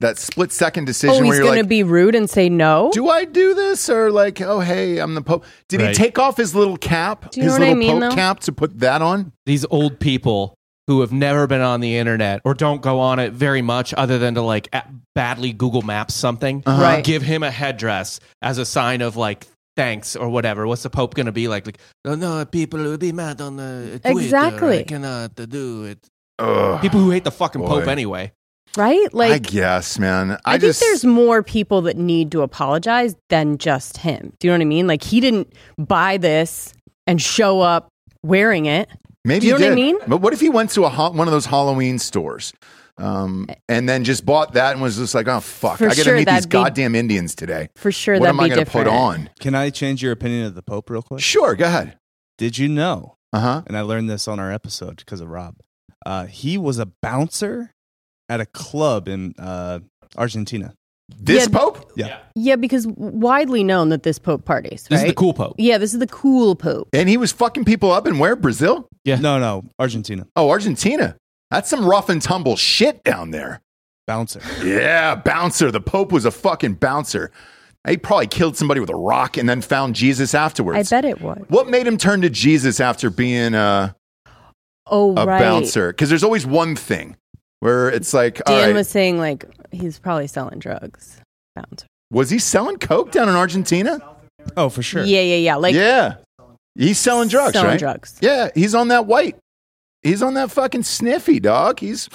that split second decision
oh,
where
he's
you're
going
like,
to be rude and say no.
do I do this or like, oh hey, I'm the pope? Did he
Right.
take off his little cap,
Do you
his
know what I
little
mean,
pope
though?
cap, to put that on?
These old people who have never been on the internet or don't go on it very much other than to like a- badly Google Maps something,
Uh-huh.
uh,
Right.
Uh-huh. give him a headdress as a sign of like thanks or whatever. What's the Pope going to be like? Like, oh, no, people will be mad on the Twitter. I
Exactly.
cannot do it.
Ugh.
People who hate the fucking
Boy.
Pope anyway.
right? Like
I guess, man. I,
I, think
just
there's more people that need to apologize than just him. Do you know what I mean? Like he didn't buy this and show up wearing it.
maybe
do you
he
know what
did.
I mean?
But what if he went to a ho- one of those Halloween stores, um, and then just bought that and was just like, oh fuck,
For
I got to
sure
meet these
that'd be-
goddamn Indians today.
For sure,
what
that'd
am I
be
gonna
different.
put on?
Can I change your opinion of the Pope real quick?
Sure, go ahead.
Did you know?
Uh huh.
And I learned this on our episode because of Rob. Uh, he was a bouncer at a club in uh, Argentina.
This
Yeah.
Pope.
Yeah, because widely known that this Pope parties.
This is the
right?
cool Pope.
Yeah, this is the cool Pope.
And he was fucking people up in where? Brazil?
Yeah.
No, no, Argentina
Oh, Argentina. That's some rough and tumble shit down there.
bouncer.
Yeah, bouncer. The Pope was a fucking bouncer. He probably killed somebody with a rock and then found Jesus
I
afterwards.
bet it was.
What made him turn to Jesus after being uh,
Oh,
a
right.
bouncer? Because there's always one thing where it's like, all
Dan
right,
was
was-,
saying like he's probably selling drugs. Bouncer.
he selling coke down in Argentina?
Oh, for sure.
Yeah, yeah, yeah. Like
yeah, he's selling drugs,
selling
right?
drugs.
Yeah, he's on that white. He's on that fucking sniffy dog. He's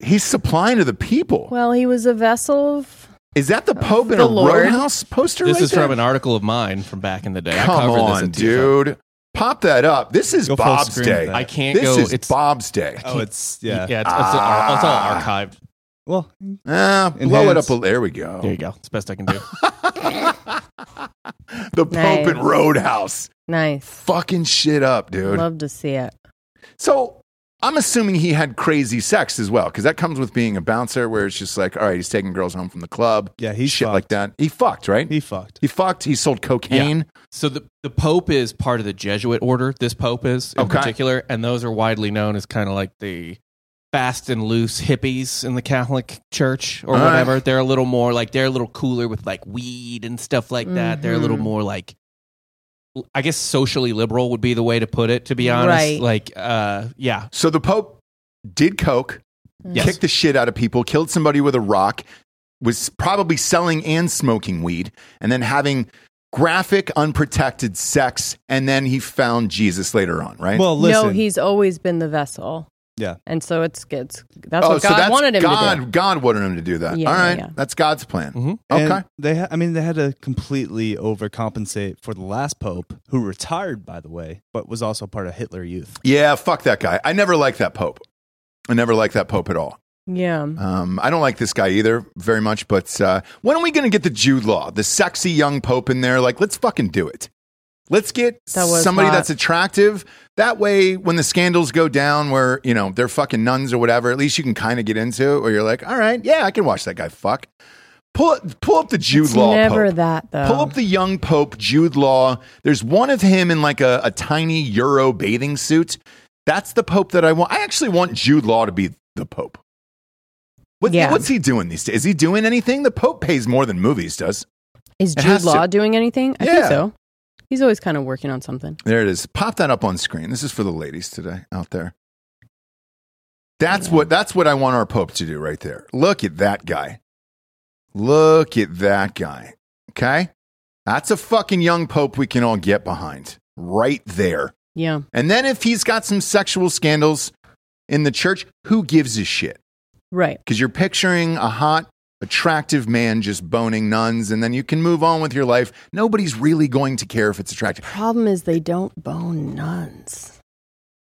he's supplying to the people.
Well, he was a vessel of
Is that the Pope in
The
a
Lord.
roadhouse poster?
This
right
is
there?
from an article of mine from back in the day. I
Come
covered this
on,
at Defo.
dude. Pop that up. This is
Go full
Bob's
screen
day.
with that.
I can't
This
go.
is
it's
Bob's day.
Oh, it's
yeah,
yeah.
it's, it's, all, it's all archived.
Well,
Ah, blow it up.
Enhance.
a- There we go.
There you go. It's the best I can do.
The Pope
Nice.
and Roadhouse.
nice.
Fucking shit up, dude.
Love to see it.
So I'm assuming he had crazy sex as well, because that comes with being a bouncer, where it's just like, all right, he's taking girls home from the club.
Yeah, he
shit
fucked.
like that. He fucked, right? He,
he fucked.
fucked. He sold cocaine.
so the the Pope is part of the Jesuit order. This Pope is in
Okay.
particular, and those are widely known as kind of like the fast and loose hippies in the Catholic Church or
All right.
whatever. They're a little more like they're a little cooler with like weed and stuff like that. They're a little
Mm-hmm.
Mhm.
more like I guess socially liberal would be the way to put it. To be honest,
Right.
like uh, yeah,
So the Pope did coke,
Mm.
Yes.
kicked the shit out of people, killed somebody with a rock, was probably selling and smoking weed, and then having graphic, unprotected sex, and then he found Jesus later on, right?
Well, listen.
No, he's always been the vessel.
Yeah.
And so it's good. That's what God wanted him
Oh, God,
to do.
God wanted him to do that.
Yeah,
All right,
yeah, yeah.
that's God's plan.
Mhm.
Okay.
And they, ha- I mean, they had to completely overcompensate for the last pope, who retired, by the way, but was also part of Hitler Youth.
Yeah, fuck that guy. I never liked that Pope. I never liked that Pope at all.
Yeah.
Um, I don't like this guy either very much, but uh, when are we going to get the Jude Law, the sexy young Pope in there? Like, let's fucking do it. Let's get
That was
somebody
hot.
that's attractive. That way, when the scandals go down where, you know, they're fucking nuns or whatever, at least you can kind of get into it where you're like, all right, yeah, I can watch that guy fuck. Pull, pull up the Jude
It's
Law.
never
Pope.
that though.
Pull up the young Pope, Jude Law. There's one of him in like a, a tiny Euro bathing suit. That's the Pope that I want. I actually want Jude Law to be the Pope. What,
Yeah.
What's he doing these days? Is he doing anything? The Pope pays more than movies does.
Is
it
Jude
has to-
Law doing anything? I think
Yeah.
so. He's always kind of working on something.
There it is. Pop that up on screen. This is for the ladies today out there. That's what that's what I want our Pope to do right there. Look at that guy. Look at that guy. Okay? That's a fucking young Pope we can all get behind. Right there.
Yeah.
And then if he's got some sexual scandals in the church, who gives a shit?
Right.
Because you're picturing a hot, attractive man just boning nuns, and then you can move on with your life. Nobody's really going to care if it's attractive.
Problem is they don't bone nuns.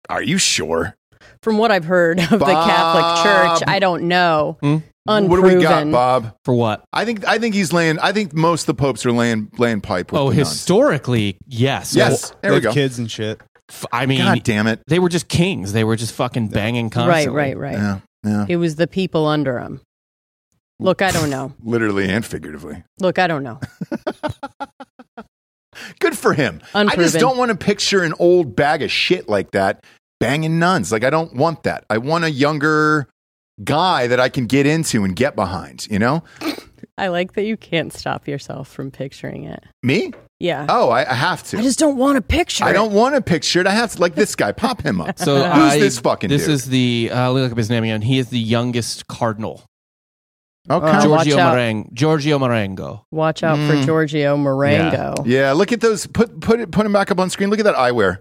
Are you sure?
From what I've heard [laughs] of the Catholic
Bob.
Church, I don't know.
Hmm?
Unproven.
What do we got, Bob?
for what?
I think I think he's laying. I think most of the popes are laying laying pipe with
Oh,
the nuns.
historically, yes,
Yes, there
They
we
have
go.
Kids and shit.
F- I mean,
God damn it!
they were just kings. They were just fucking banging
Right,
constantly.
right, right.
Yeah, yeah.
It was the people under him. Look, I don't know.
Literally and figuratively.
Look, I
[laughs]
don't know.
Good for him. I just
Unproven.
don't want to picture an old bag of shit like that banging nuns. Like I don't want that. I want a younger guy that I can get into and get behind, you know?
I like that you can't stop yourself from picturing it.
Me?
Yeah.
Oh, I, I have to.
I just don't want to picture
I
it.
don't want to picture it. I have to like this guy. Pop him up.
So
who's
I-
this fucking
This
dude?
is the. Uh, let me look up his name again. He is the youngest cardinal.
okay.
Uh, George- watch
Giorgio
out.
Marang. Giorgio Marengo.
Watch out for Giorgio Marengo.
Mm. yeah, look at those. Put put it, put him back up on screen. Look at that eyewear.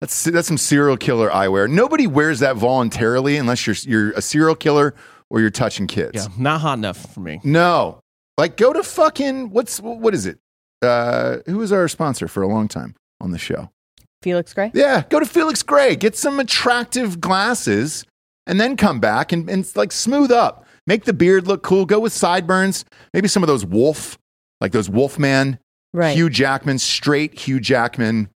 That's that's some serial killer eyewear. Nobody wears that voluntarily unless you're you're a serial killer or you're touching kids.
Yeah, not hot enough for me.
No. Like go to fucking what's what is it? Uh who was our sponsor for a long time on the show?
Felix Gray?
Yeah, go to Felix Gray, get some attractive glasses, and then come back and, and like smooth up. Make the beard look cool. Go with sideburns, maybe some of those wolf, like those wolfman,
Right.
Hugh Jackman, straight Hugh Jackman,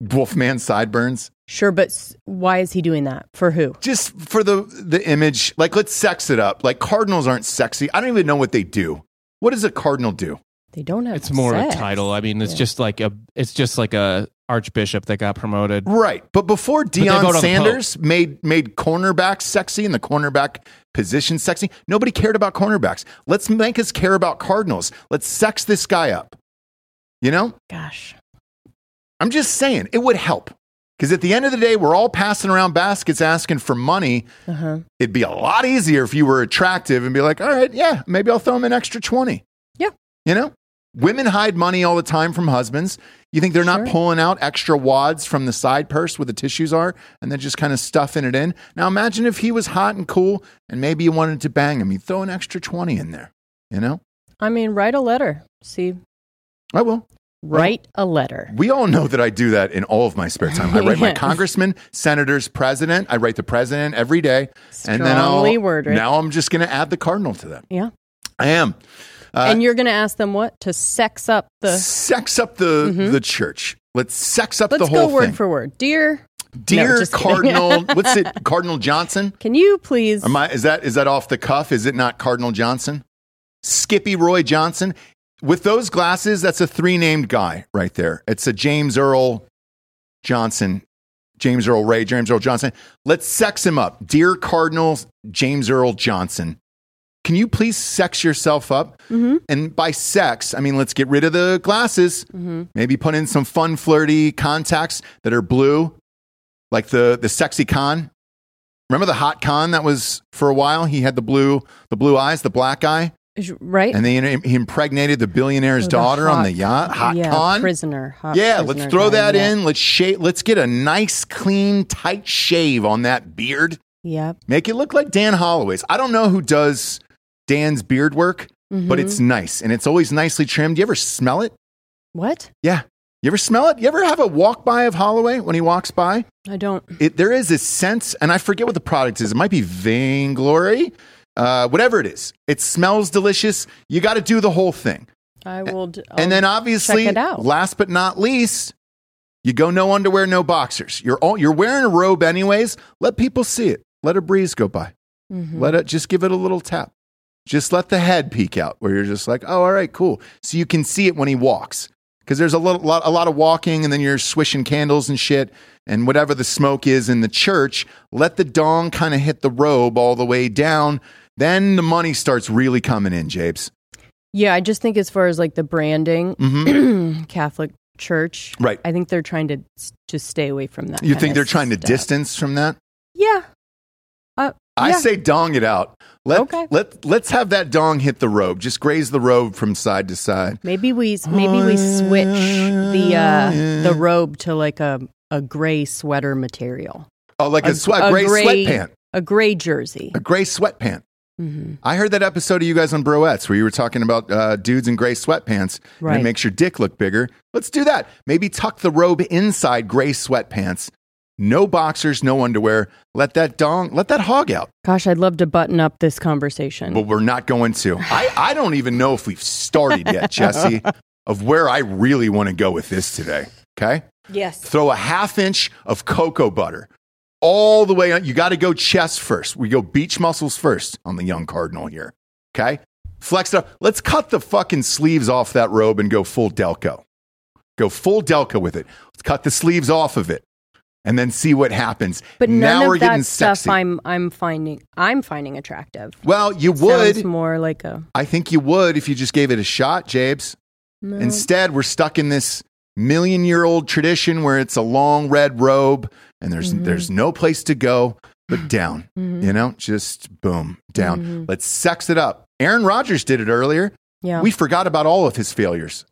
wolfman sideburns.
Sure, but s- why is he doing that? For who?
Just for the the image, like let's sex it up. Like cardinals aren't sexy. I don't even know what they do. What does a cardinal do?
They don't have
It's more of
sex.
a title. I mean, it's just like a. It's just like a archbishop that got promoted.
Right. But before
they vote on
Deion
the
Sanders made made cornerbacks sexy and the cornerback position sexy, nobody cared about cornerbacks. Let's make us care about Cardinals. Let's sex this guy up. You know?
Gosh.
I'm just saying it would help. Because at the end of the day, we're all passing around baskets asking for money.
Uh-huh.
It'd be a lot easier if you were attractive and be like, all right, yeah, maybe I'll throw him an extra 20.
Yeah.
You know? Women hide money all the time from husbands. You think they're not
Sure.
pulling out extra wads from the side purse where the tissues are and then just kind of stuffing it in? Now imagine if he was hot and cool and maybe you wanted to bang him. You'd throw an extra 20 in there, you know?
I mean, write a letter. See,
I will.
write a letter.
We all know that I do that in all of my spare time. I write my
[laughs] Yeah.
congressman, senators, president. I write the president every day, and then I'll
Strongly worded.
now I'm just going to add the cardinal to that.
Yeah.
I am. Uh,
and you're going to ask them what? To sex up the. Mm-hmm.
sex up the the church. Let's sex up
Let's
the whole
go word
thing.
for word. Dear,
Dear
No, just kidding. [laughs]
Cardinal, what's it? Cardinal Johnson?
can you please.
Am I, is that is that off the cuff? Is it not Cardinal Johnson? Skippy Roy Johnson. With those glasses, that's a three named guy right there. It's a James Earl Johnson, James Earl Ray, James Earl Johnson. Let's sex him up. Dear Cardinal James Earl Johnson, can you please sex yourself up? And by sex, I mean, let's get rid of the glasses. Maybe put in some fun, flirty contacts that are blue, like the, the sexy con. Remember the hot con that was for a while? He had the blue, the blue eyes, the black eye,
Is- right?
and then he impregnated the billionaire's
Oh, the
daughter on
hot-
the yacht. Hot
yeah,
con,
Prisoner. Hot
yeah,
prisoner
let's throw
guy,
that
yeah.
in. Let's shave. Let's get a nice, clean, tight shave on that beard.
Yep.
Make it look like Dan Holloway's. I don't know who does Dan's beard work, but
Mhm.
it's nice and it's always nicely trimmed. You ever smell it?
What?
Yeah. You ever smell it? You ever have a walk by of Holloway when he walks by?
I don't.
It, there is a sense, and I forget what the product is. It might be Vainglory, uh, whatever it is. It smells delicious. You got to do the whole thing.
I will. d- I'll
and then obviously,
Oh, check it out.
last but not least, you go no underwear, no boxers. You're all, you're wearing a robe anyways. Let people see it. Let a breeze go by.
Mhm.
Let it just give it a little tap. Just let the head peek out where you're just like, oh, all right, cool. So you can see it when he walks because there's a lot, lot, a lot of walking, and then you're swishing candles and shit, and whatever the smoke is in the church. Let the dong kind of hit the robe all the way down. Then the money starts really coming in, Japes.
Yeah, I just think as far as like the branding,
hmm
[clears throat] Catholic Church,
Right.
I think they're trying to s- just stay away from that.
You
kinda
think they're trying to
stuff.
distance from that?
Yeah. Uh,
I
yeah.
say dong it out. Let,
Okay.
let, let's have that dong hit the robe. Just graze the robe from side to side.
maybe we s- maybe we switch the uh, the robe to like a a gray sweater material,
Oh, like a, swe- a
a
gray,
gray-
sweatpant.
a gray jersey.
A gray sweatpant.
hmm
I heard that episode of you guys on Broettes where you were talking about uh, dudes in gray sweatpants and it
Right.
makes your dick look bigger. Let's do that. Maybe tuck the robe inside gray sweatpants. No boxers, no underwear. Let that dong, let that hog out.
Gosh, I'd love to button up this conversation.
But we're not going to. I, I don't even know if we've started
[laughs]
yet, Jesse, of where I really want to go with this today. Okay?
yes.
throw a half inch of cocoa butter all the way on. You got to go chest first. We go beach muscles first on the young cardinal here. Okay. Flex it up. Let's cut the fucking sleeves off that robe and go full Delco. Go full Delco with it. Let's cut the sleeves off of it. and then see what happens.
But
now
none of
we're
that
getting
stuff
sexy.
I'm I'm finding I'm finding attractive.
well, you
Sounds
would.
more like a
I think you would if you just gave it a shot, Jabes.
no.
Instead, we're stuck in this million year old tradition where it's a long red robe and there's
Mm-hmm.
there's no place to go
[clears throat]
but down. You know, just boom, down. Let's sex it up. Aaron Rodgers did it earlier.
Mm-hmm. yeah.
We forgot about all of his failures.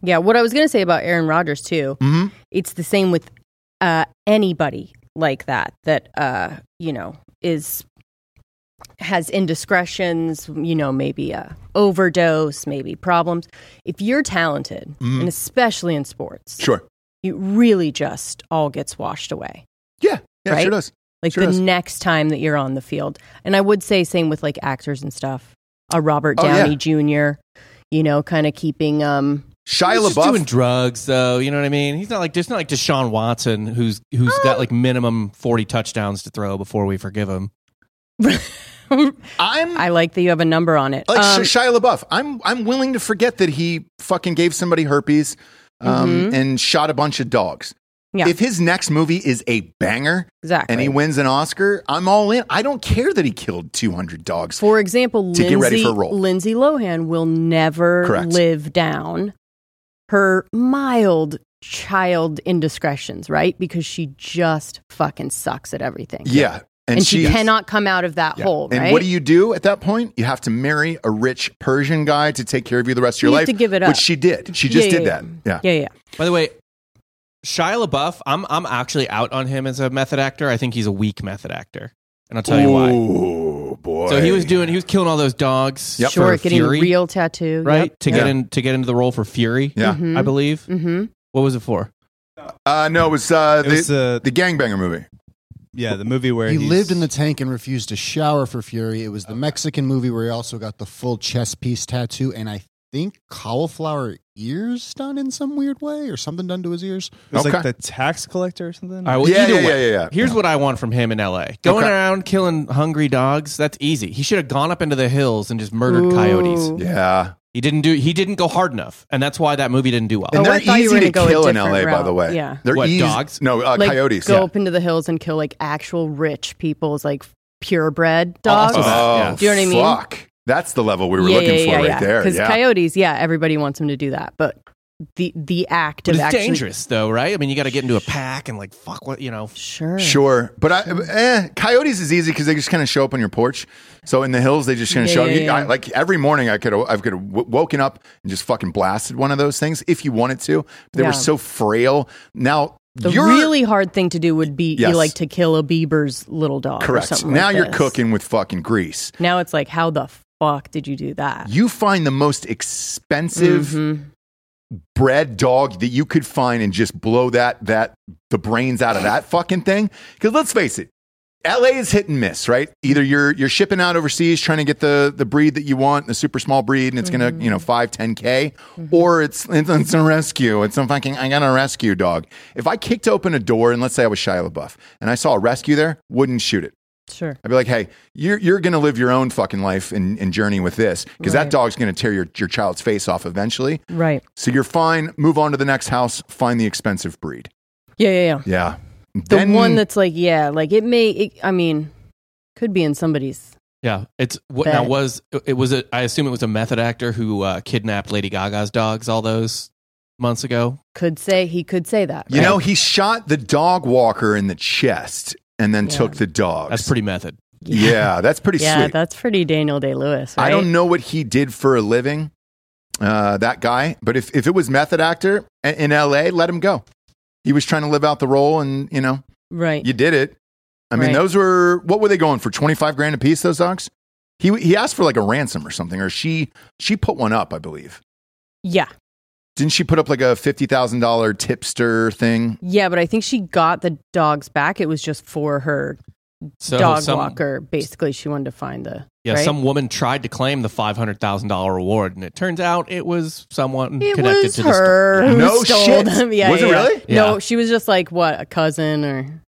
Yeah, what I was going to say about Aaron Rodgers too.
Mhm.
It's the same with uh, anybody like that that uh, you know is has indiscretions, you know, maybe a overdose, maybe problems. If you're talented,
Mm-hmm.
and especially in sports,
Sure.
it really just all gets washed away.
Yeah. Yeah,
Right?
sure does.
Like
Sure
the
is.
next time that you're on the field. And I would say same with like actors and stuff. A Robert
Oh, yeah.
Downey Jr., you know, kind of keeping um
Shia
He's just doing
LaBeouf.
drugs, though. You know what I mean? He's not like just not like Deshaun Watson, who's who's got like minimum forty touchdowns to throw before we forgive him.
I'm
I like that you have a number on it.
like
Um,
Sh- Shia LaBeouf. I'm I'm willing to forget that he fucking gave somebody herpes um, and shot a bunch of dogs.
Mm-hmm. Yeah.
If his next movie is a banger,
exactly.
and he wins an Oscar, I'm all in. I don't care that he killed 200 dogs.
for example,
To
Lindsay,
get ready for a role.
Lindsay Lohan will never
Correct.
live down her mild child indiscretions, right? Because she just fucking sucks at everything.
Yeah.
And, she, cannot come out of that
Yeah.
hole,
And
right?
what do you do at that point? You have to marry a rich Persian guy to take care of you the rest of your
You
life.
have to give it up.
Which she did. She just did that. Yeah.
Yeah, yeah.
By the way, Shia LaBeouf, I'm I'm actually out on him as a method actor. I think he's a weak method actor, and I'll tell you why.
Oh, boy.
So he was doing he was killing all those dogs.
Yep.
for
Short, getting
Fury,
a real tattoo.
right to get
Yeah.
in to get into the role for Fury.
Yeah.
I believe.
Mm-hmm.
What was it for?
Uh, no, it was, uh,
It was
the,
uh,
the Gangbanger movie.
yeah, the movie where
He
he's-
lived in the tank and refused to shower for Fury. It was the Mexican movie where he also got the full chest piece tattoo and I think cauliflower ears done in some weird way or something done to his ears.
It was like
Okay.
the tax collector or something.
All right, well,
Yeah,
either
yeah,
way,
yeah, yeah, yeah.
Here's what I want from him in L.A. Going
Okay.
around killing hungry dogs. That's easy. He should have gone up into the hills and just murdered coyotes.
Yeah.
He didn't do. He didn't go hard enough, and that's why that movie didn't do well.
And
Oh, I
they're
thought you
easy
were
to
gonna go a
kill in
different
LA, by
route.
the way.
Yeah.
They're
What,
easy.
dogs?
No, uh,
Like,
coyotes.
Go
yeah.
up into the hills and kill like actual rich people's like purebred dogs.
Also that,
Oh,
yeah.
Do you know what I mean?
Fuck. That's the level we were looking for right there.
Because
yeah.
coyotes, yeah, everybody wants them to do that, but the the act of
But it's
actually
dangerous, though, right? I mean, you got to get into a pack and like fuck what you know.
Sure,
Sure, but I, eh, coyotes is easy because they just kind of show up on your porch. So in the hills, they just kind of
Yeah,
show up.
yeah,
You-
yeah.
I, like every morning, I could I could have w- woken up and just fucking blasted one of those things if you wanted to. But they
Yeah.
were so frail. Now
The
you're
really hard thing to do would be
Yes.
you like to kill a Bieber's little dog. or
correct.
something
Now
like
you're
this.
cooking with fucking grease.
Now it's like, how the fuck did you do that?
You find the most expensive bred dog that you could find and just blow that that the brains out of that fucking thing. Because let's face it, LA is hit and miss, right? Either you're you're shipping out overseas trying to get the the breed that you want, the super small breed, and it's gonna you know five ten k, or it's it's it's a rescue. It's a fucking I got a rescue dog. If I kicked open a door and let's say I was Shia LaBeouf and I saw a rescue there, wouldn't shoot it.
Sure,
I'd be like, hey, you're, you're going to live your own fucking life and, and journey with this because that
Right.
dog's going to tear your, your child's face off eventually.
right?
So you're fine. Move on to the next house. Find the expensive breed.
Yeah, yeah, yeah.
Yeah.
The one that's like, yeah, like it may. It, I mean, could be in somebody's.
Yeah, it's what
Bet.
now was it was a I assume it was a method actor who uh, kidnapped Lady Gaga's dogs all those months ago.
Could say he could say that.
you know, he shot the dog walker in the chest and then
Yeah.
took the dogs.
That's pretty method.
Yeah, that's pretty
Yeah,
sweet.
that's pretty Daniel Day Lewis. Right?
I don't know what he did for a living, uh, that guy. But if, if it was method actor a- in L.A., let him go. He was trying to live out the role, and you know,
Right.
You did it. I mean,
Right.
those were what were they going for? Twenty five grand a piece. Those dogs. He he asked for like a ransom or something, or she she put one up, I believe.
yeah.
Didn't she put up like a fifty thousand dollar tipster thing?
Yeah, but I think she got the dogs back. It was just for her
So
dog
some,
walker. Basically, she wanted to find the
Yeah,
right?
some woman tried to claim the five hundred thousand dollar reward, and it turns out it was someone
It
connected
was
to the story.
her. who
No
stole
shit.
Them. [laughs] Yeah,
Was
yeah,
it
yeah.
really?
Yeah.
No, she was just like what a cousin or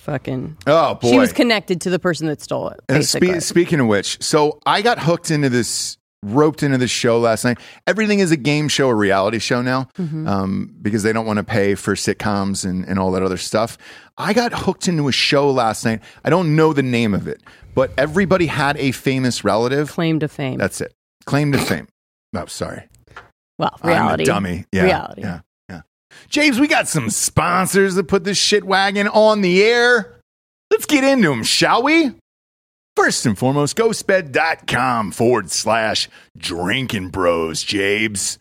fucking.
Oh boy!
She was connected to the person that stole it.
And spe-
Basically,
speaking of which, so I got hooked into this roped into this show last night. Everything is a game show, a reality show now,
Mm-hmm.
um, because they don't want to pay for sitcoms and, and all that other stuff. I got hooked into a show last night. I don't know the name of it, but everybody had a famous relative.
Claim to fame.
That's it. Claim to fame. Oh, sorry.
well,
I'm a
reality.
dummy. Yeah.
Reality.
Yeah. Yeah. James, we got some sponsors that put this shit wagon on the air. Let's get into them, shall we? First and foremost, ghostbed.com forward slash drinking bros, James.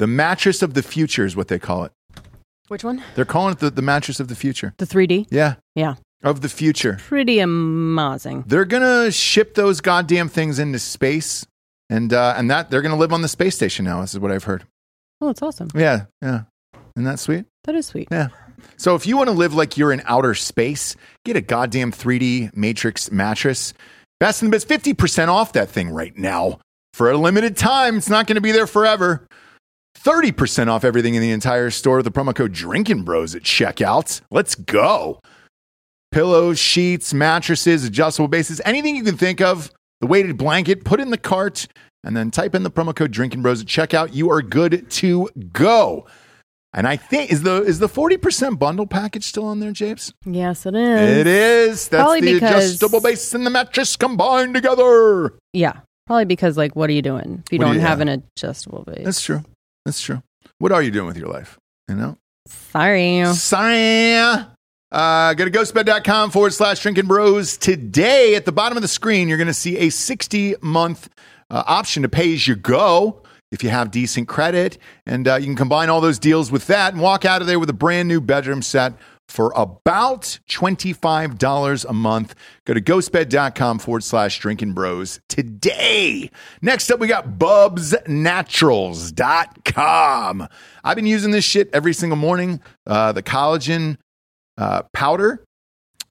The mattress of the future is what they call it.
Which one?
They're calling it the, the mattress of the future.
The 3D.
Yeah,
Yeah.
of the future.
Pretty amazing.
They're gonna ship those goddamn things into space, and uh, and that they're gonna live on the space station now. This is what I've heard.
Oh, it's awesome.
Yeah, yeah. Isn't that sweet?
That is sweet.
Yeah. So if you want to live like you're in outer space, get a goddamn 3D Matrix mattress. Best in the best, 50% off that thing right now for a limited time. It's not going to be there forever. 30% off everything in the entire store with the promo code Drinking Bros at checkout. Let's go. Pillows, sheets, mattresses, adjustable bases, anything you can think of, the weighted blanket, put in the cart, and then type in the promo code Drinking Bros at checkout. You are good to go. And I think is the is the forty percent bundle package still on there, Japes?
Yes, it is.
It is. That's
Probably
the
because-
adjustable base and the mattress combined together.
Yeah. Probably because, like, what are you doing if you
What do
don't
you-
have
yeah.
an adjustable base?
That's true. That's true. What are you doing with your life? You know?
Sorry.
Sign. Uh, go to ghostbed.com forward slash drinking bros today. At the bottom of the screen, you're going to see a 60 month uh, option to pay as you go if you have decent credit. And uh, you can combine all those deals with that and walk out of there with a brand new bedroom set for about $25 a month. Go to ghostbed.com forward slash drinking bros today. Next up, we got bubsnaturals.com. I've been using this shit every single morning. Uh, the collagen uh, powder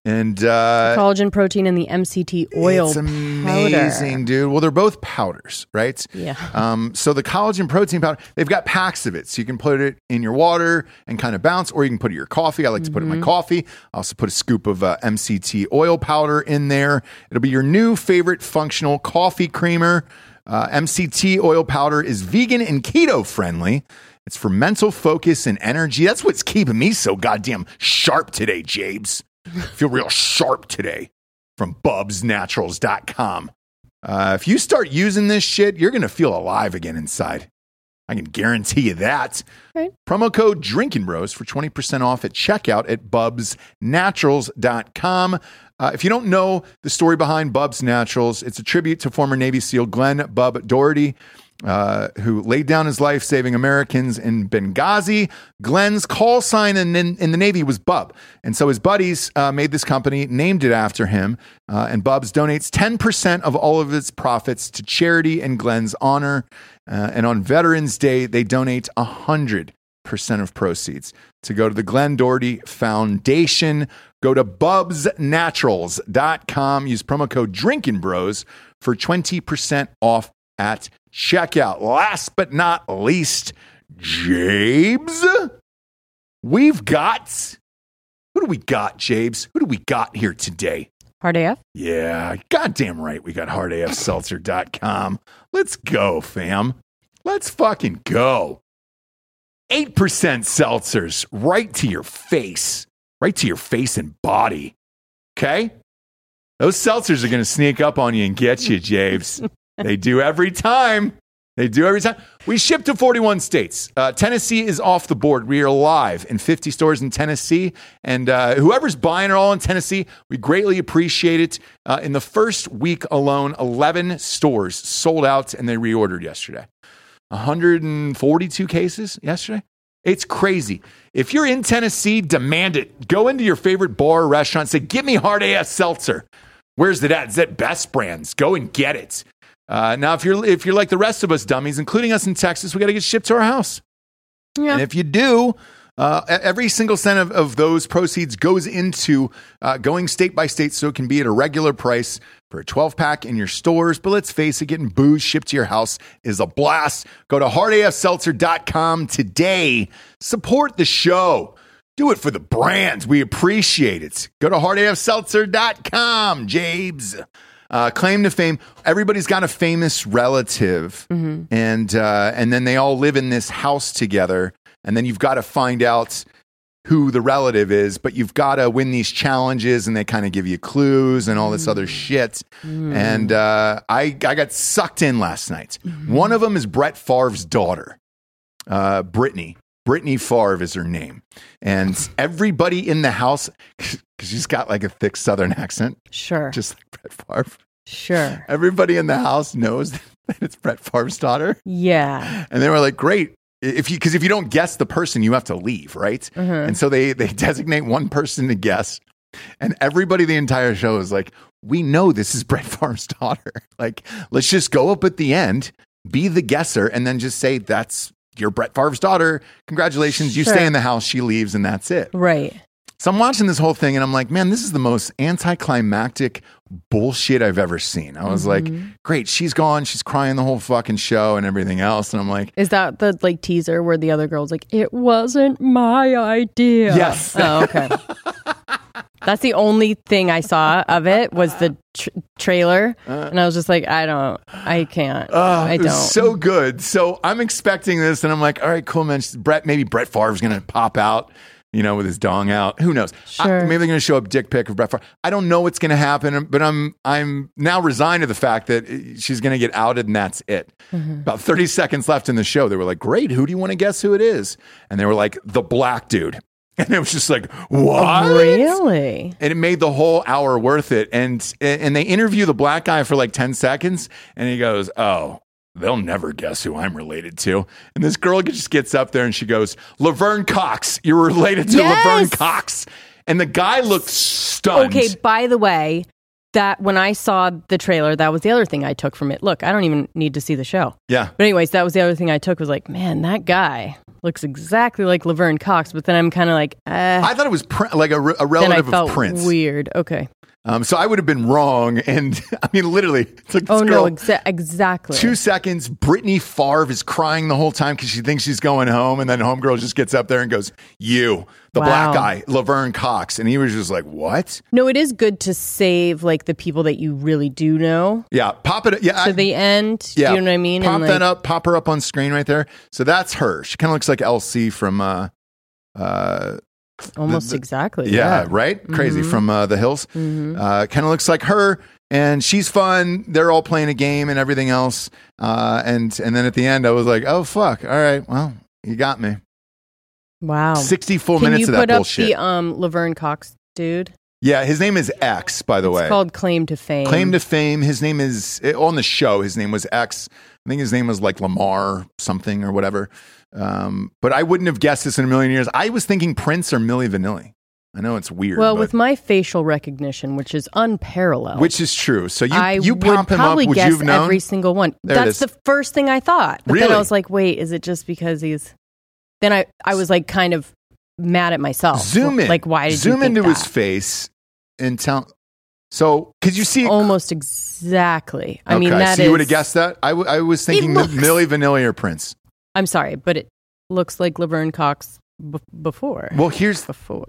and uh,
collagen protein and the MCT oil
it's amazing,
powder.
dude. Well, they're both powders, right?
Yeah.
Um, so the collagen protein powder, they've got packs of it. So you can put it in your water and kind of bounce, or you can put it in your coffee. I like to put it in my coffee. I also put a scoop of uh, MCT oil powder in there. It'll be your new favorite functional coffee creamer. Uh, MCT oil powder is vegan and keto friendly. It's for mental focus and energy. That's what's keeping me so goddamn sharp today, Jabes. I feel real sharp today from bubsnaturals.com. Uh, if you start using this shit, you're going to feel alive again inside. I can guarantee you that.
Right.
Promo code Drinking Bros for 20% off at checkout at bubsnaturals.com. Uh, if you don't know the story behind Bubs Naturals, it's a tribute to former Navy SEAL Glenn Bub Doherty, uh, who laid down his life saving Americans in Benghazi. Glenn's call sign in, in, in the Navy was Bub. And so his buddies uh, made this company, named it after him. Uh, and Bubs donates 10% of all of its profits to charity in Glenn's honor. Uh, and on Veterans Day, they donate 100% of proceeds to go to the Glenn Doherty Foundation. Go to bubsnaturals.com. Use promo code Drinking Bros for 20% off at checkout. Last but not least, Jabes, we've got. Who do we got, Jabes? Who do we got here today?
Hard AF?
Yeah, goddamn right. We got hardafseltzer.com. Let's go, fam. Let's fucking go. 8% seltzers right to your face, right to your face and body. Okay? Those seltzers are going to sneak up on you and get you, Javes. they do every time. They do every time. We ship to 41 states. Uh, Tennessee is off the board. We are live in 50 stores in Tennessee. And uh, whoever's buying are all in Tennessee. We greatly appreciate it. Uh, in the first week alone, 11 stores sold out and they reordered yesterday. 142 cases yesterday. It's crazy. If you're in Tennessee, demand it. Go into your favorite bar or restaurant, say, Give me hard AS seltzer. Where's it at? It's at Best Brands. Go and get it. Uh, now, if you're, if you're like the rest of us dummies, including us in Texas, we got to get shipped to our house.
Yeah.
And if you do, uh, e- every single cent of, of those proceeds goes into uh, going state by state so it can be at a regular price for a 12 pack in your stores. But let's face it, getting booze shipped to your house is a blast. Go to hardafseltzer.com today. Support the show. Do it for the brands. We appreciate it. Go to hardafseltzer.com, Jabes. Uh, claim to fame. Everybody's got a famous relative, and uh, and then they all live in this house together. And then you've got to find out who the relative is, but you've got to win these challenges, and they kind of give you clues and all this other shit. And uh, I I got sucked in last night. One of them is Brett Favre's daughter uh, Brittany. Brittany Favre is her name. And everybody in the house, because she's got like a thick Southern accent,
Sure.
just like Brett Favre.
sure.
Everybody in the house knows [laughs] that it's Brett Favre's daughter.
Yeah.
And they were like, great. If you, because if you don't guess the person, you have to leave, right? And so they, [laughs] they designate one person to guess. And everybody the entire show is like, we know this is [laughs] Brett Favre's daughter. [laughs] Like, let's just go up at the end, be the guesser, and then just say, that's your Brett Favre's daughter. Congratulations. You
Sure.
stay in the house, she leaves, and that's it.
Right.
So I'm watching this whole thing and I'm like, man, this is the most anticlimactic bullshit I've ever seen. I was like, great, she's gone. She's crying the whole fucking show and everything else. And I'm like,
Is that the like teaser where the other girl's like, "It wasn't my idea"?
Yes. [laughs]
Oh, okay. That's the only thing I saw of it was the tr- trailer, and I was just like, "I don't, I can't, I
Uh. it
don't."
was so good. So I'm expecting this and I'm like, all right, cool, man. She's- Brett, maybe Brett Favre's going to pop out. You know, with his dong out, who knows? I-
Sure.
maybe they're going to show up dick pic of Brett Favre. I don't know what's going to happen, but I'm I'm now resigned to the fact that uh, she's going to get outed and that's it.
Mm-hmm.
About 30 seconds left in the show, they were like, "Great, who do you want to guess who it is?" And they were like, "The black dude," [laughs] and it was just like, "What?"
really?
and it made the whole hour worth it. And and they interview the black guy for like ten seconds, and he goes, "Oh, they'll never guess who I'm related to." And this girl just gets up there and she goes, "Laverne Cox, you're related to
Yes!
Laverne Cox." And the guy looks stunned.
Okay. By the way, that when I saw the trailer, that was the other thing I took from it. Look, I don't even need to see the show.
Yeah.
But anyways, that was the other thing I took was like, man, that guy looks exactly like Laverne Cox. But then I'm kind of like, eh.
I thought it was Prin- like a, re- a
then I
relative
felt
of Prince.
weird. Okay.
um, so I would have been wrong. And [laughs] I mean, literally, it's like this
Oh
girl
no, exa- exactly.
Two seconds. Brittany Favre is crying the whole time because she thinks she's going home, and then homegirl just gets up there and goes, "You, the
Wow.
black guy, Laverne Cox," and he was just like, "What?
no, it is good to save like the people that you really do know
Yeah, pop it. Yeah,
to
I-
the end.
yeah.
You know what I mean?
Pop
And, like,
that up. Pop her up on screen right there. So that's her. She kind of looks like LC from, uh, uh,
Almost
the- the-
exactly.
yeah, right, crazy from uh, the Hills. Uh, kind of looks like her. And she's fun. They're all playing a game and everything else. Uh, and and then at the end, I was like, "Oh fuck! All right, well, you got me."
Wow.
64
Can
minutes
you
of
put
that
up
bullshit.
the um, Laverne Cox dude?
yeah, his name is X, by the way.
It's called Claim to Fame.
Claim to fame. His name is eh, on the show. His name was X. I think his name was like Lamar something or whatever. Um, but I wouldn't have guessed this in a million years. I was thinking Prince or Millie Vanilli. I know it's weird,
Well,
but-
with my facial recognition, which is unparalleled,
which is true. So you
I
you
would
pop him up?
probably
Would you
guess
have known?
every single one.
There it
That's
is.
the first thing I thought. But then
Really?
I was like, wait, is it just because he's? Then I I was like kind of mad at myself.
Zoom in.
Like why did
zoom
you think
into his
that?
face and tell? So because you see,
Almost exactly. Oh, I
okay,
mean that
so you would have
is-
guessed that. I, w- I was thinking the
looks-
Millie Vanilli or Prince.
I'm sorry, but it looks like Laverne Cox b- before.
Well, here's
before.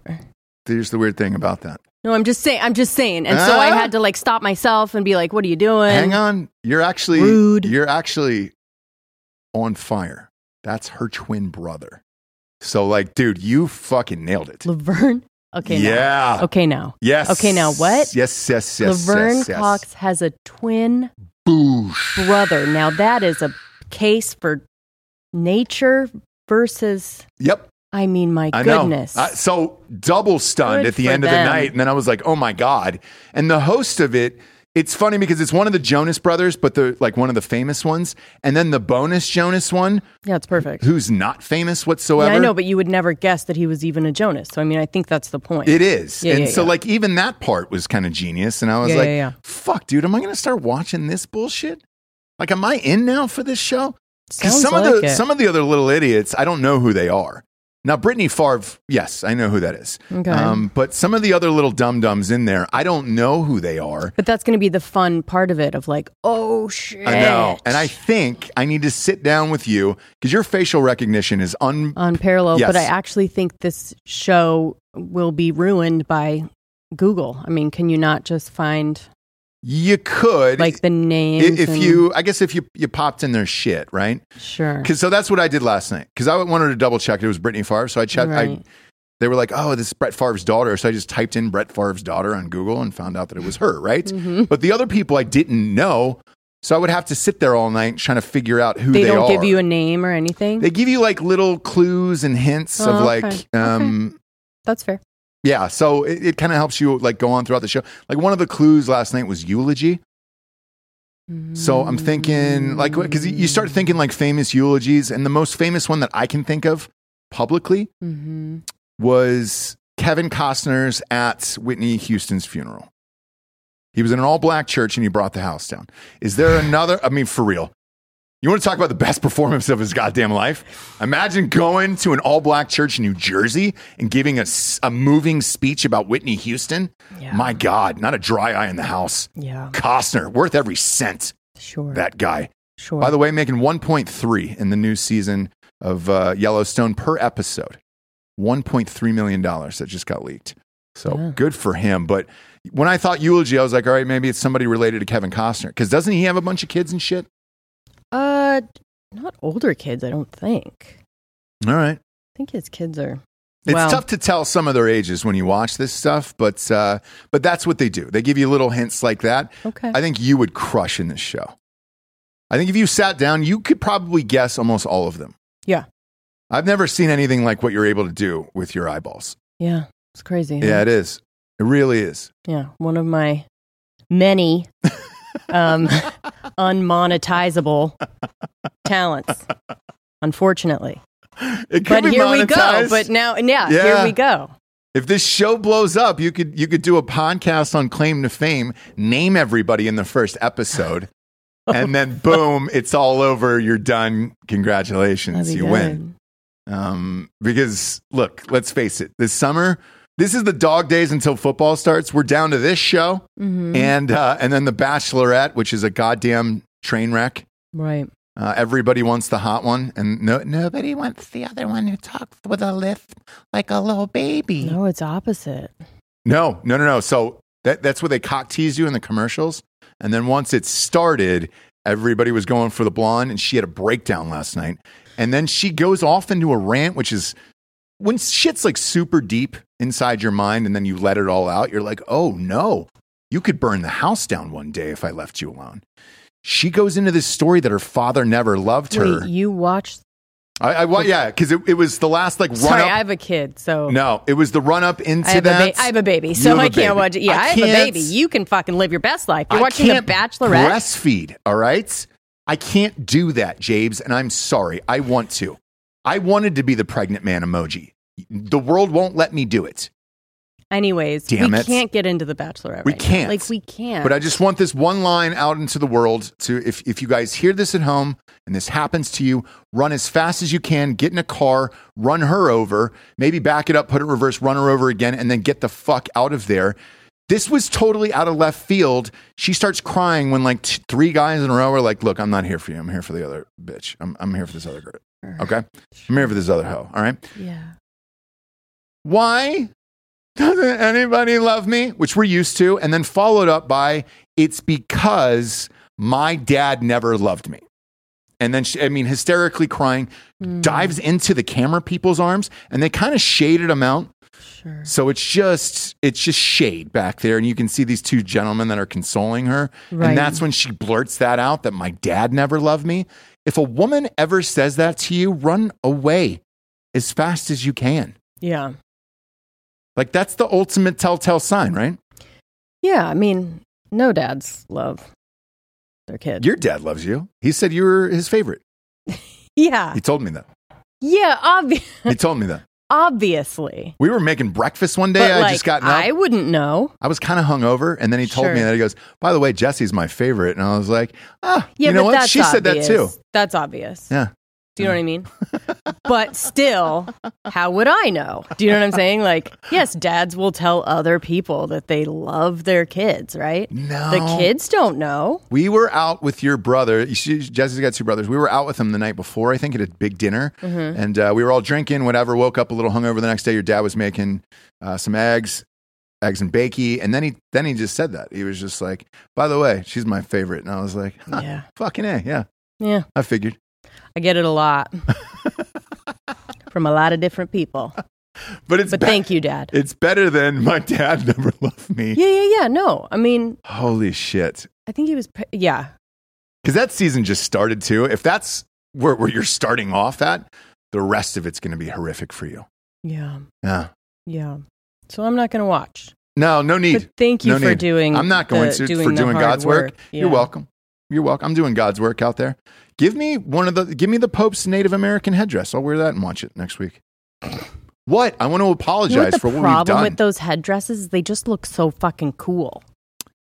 here's the weird thing about that.
No, I'm just saying. I'm just saying. And so I
Ah.
had to like stop myself and be like, "What are you doing?"
Hang on. You're actually
Rude.
You're actually on fire. That's her twin brother. So like, dude, you fucking nailed it.
Laverne. [laughs] Okay. now.
yeah.
Okay now.
Yes.
Okay, now what?
Yes, yes, yes.
Laverne
yes, yes.
Cox has a twin
Boosh.
brother. Now that is a case for nature versus.
Yep.
I mean, my
I
goodness.
know. Uh, so double stunned
Good
at the
for
end of the
them.
night, and then I was like, "Oh my god!" And the host of it, it's funny because it's one of the Jonas Brothers, but the like one of the famous ones, and then the bonus Jonas one,
yeah, it's perfect.
who's not famous
Yeah,
whatsoever.
I know, but you would never guess that he was even a Jonas. So I mean, I think that's the point.
It is.
Yeah,
and
yeah,
so
yeah.
like even that part was kind of genius. And I was
Yeah,
like,
yeah, yeah.
fuck, dude, am I gonna start watching this bullshit? Like, am I in now for this show? Because
Sounds
some
like
of the
it.
some of the other little idiots, I don't know who they are. Now Brittany Favre, yes, I know who that is. Um,
Okay.
but some of the other little dum dums in there, I don't know who they are.
But that's going to be the fun part of it. Of like, oh shit.
I know, and I think I need to sit down with you because your facial recognition is un.
on parallel,
Yes.
but I actually think this show will be ruined by Google. I mean, can you not just find
You could.
like the name.
if, if you, I guess if you, you popped in their shit, right?
sure.
Cause so that's what I did last night. Cause I wanted to double check it was Brittany Favre. So I checked, I,
Right.
they were like, oh, this is Brett Favre's daughter. So I just typed in Brett Favre's daughter on Google and found out that it was her, right?
Mm. Mm-hmm.
But the other people I didn't know. So I would have to sit there all night trying to figure out who
they,
they,
don't
are.
give you a name or anything.
they give you like little clues and hints
Oh,
of
okay.
like, um,
That's fair.
yeah. So it, it kind of helps you like go on throughout the show. Like one of the clues last night was eulogy. So I'm thinking like because you start thinking like famous eulogies, and the most famous one that I can think of publicly
Mm-hmm.
was Kevin Costner's at Whitney Houston's funeral. He was in an all black church and he brought the house down. Is there another? I mean, for real. You want to talk about the best [laughs] performance of his goddamn life? Imagine going to an all black church in New Jersey and giving a, s- a moving speech about Whitney Houston.
Yeah.
My God, not a dry eye in the house.
Yeah.
Costner, worth every cent,
Sure.
that guy.
sure.
By the way, making 1.3 in the new season of uh, Yellowstone per episode. 1.3 million dollars that just got leaked. So
Yeah.
good for him. But when I thought eulogy, I was like, all right, maybe it's somebody related to Kevin Costner because doesn't he have a bunch of kids and shit?
uh, not older kids. I don't think.
All right.
I think his kids are.
It's
Wow.
tough to tell some of their ages when you watch this stuff, but uh, but that's what they do. They give you little hints like that.
Okay.
I think you would crush in this show. I think if you sat down, you could probably guess almost all of them.
Yeah.
I've never seen anything like what you're able to do with your eyeballs.
yeah. It's crazy. huh?
Yeah, it is. It really is.
Yeah, one of my
[laughs]
many um, unmonetizable talents. Unfortunately,
It could
but
be
here we go.
monetized.
But now, yeah,
Yeah.
here we go.
if this show blows up, you could you could do a podcast on claim to fame, name everybody in the first [laughs] episode, and then boom, it's all over. You're done. Congratulations,
That'd be
you win. Um, because look, let's face it, this summer, this is the dog days until football starts. We're down to this show
good. Mhm.
and uh, and then the Bachelorette, which is a goddamn train wreck.
Right.
Uh, everybody wants the hot one, and no, nobody wants the other one who talks with a lift like a little baby.
No, it's opposite.
No, no, no, no. So that, that's where they cock tease you in the commercials. And then once it started, everybody was going for the blonde, and she had a breakdown last night. And then she goes off into a rant, which is when shit's like super deep inside your mind, and then you let it all out, you're like, oh no, you could burn the house down one day if I left you alone. She goes into this story that her father never loved her.
Wait, you watched?
I, I wa- yeah, because it, it was the last like run
Sorry,
up.
I have a kid, so
no, it was the run up into
I have, a
that.
ba- I have a baby,
You
so
have
I
a
can't
baby.
watch it. Yeah, I, have a
can't-
baby. You can fucking live your best life. You're
I
watching The
can't
Bachelorette.
Breastfeed, all right? I can't do that, Jabes, and I'm sorry. I want to. I wanted to be the pregnant man emoji. The world won't let me do it.
Anyways,
Damn
we
it.
can't get into The Bachelorette.
We
right now.
can't.
Like we can't.
But I just want this one line out into the world to if, if you guys hear this at home and this happens to you, run as fast as you can, get in a car, run her over, maybe back it up, put it in reverse, run her over again, and then get the fuck out of there. This was totally out of left field. She starts crying when like t- three guys in a row are like, Look, I'm not here for you. I'm here for the other bitch. I'm, I'm here for this other girl. Okay. I'm here for this other hoe. All right.
yeah.
Why doesn't anybody love me? Which we're used to. And then followed up by, it's because my dad never loved me. And then, she, I mean, hysterically crying,
Hmm.
dives into the camera people's arms and they kind of shaded him out.
Sure.
So it's just, it's just shade back there. And you can see these two gentlemen that are consoling her.
Right.
And that's when she blurts that out that my dad never loved me. If a woman ever says that to you, run away as fast as you can.
Yeah.
Like that's the ultimate telltale sign, right?
Yeah, I mean, no dads love their kid.
Your dad loves you. He said you were his favorite.
yeah,
He told me that.
yeah, obvi- [laughs]
He told me that.
obviously.
We were making breakfast one day.
but
I
like,
just got up.
I
I,
wouldn't know.
was kind of hungover, and then he told me
Sure.
that he goes, "By the way, Jesse's my favorite," and I was like, "Ah,
Yeah,
you know
but
what?
that's
she said that too."
obvious. That's obvious.
Yeah.
Do you know what I mean? but still, how would I know? Do you know what I'm saying? Like, yes, dads will tell other people that they love their kids, right?
No,
The kids don't know.
We were out with your brother. You see, Jesse's got two brothers. We were out with him the night before, I think, at a big dinner.
Mm-hmm.
And uh, we were all drinking, whatever. Woke up a little hungover the next day. Your dad was making uh, some eggs. eggs and bakey, and then he then he just said that he was just like, by the way, she's my favorite, and I was like, huh,
Yeah.
fucking a, yeah,
Yeah,
I figured.
I get it
[laughs]
a lot from a lot of different people.
But it's
But
be-
thank you, Dad.
It's better than my dad [laughs] never loved me.
Yeah, yeah, yeah. No, I mean,
Holy shit!
I think he was. Pre- yeah,
Because that season just started too. If that's where, where you're starting off at, the rest of it's going to be horrific for you.
yeah,
Yeah.
yeah. So I'm not going to watch.
No, no need.
But thank you
No
for
need.
doing.
I'm not going
the-
to
doing
for
the
doing
hard
God's work.
Yeah.
You're welcome. You're welcome. I'm doing God's work out there. Give me one of the give me the Pope's Native American headdress. I'll wear that and watch it next week. What? I want to
You know
apologize
what the
for what we've
problem
done.
with those headdresses? is They just look so fucking cool.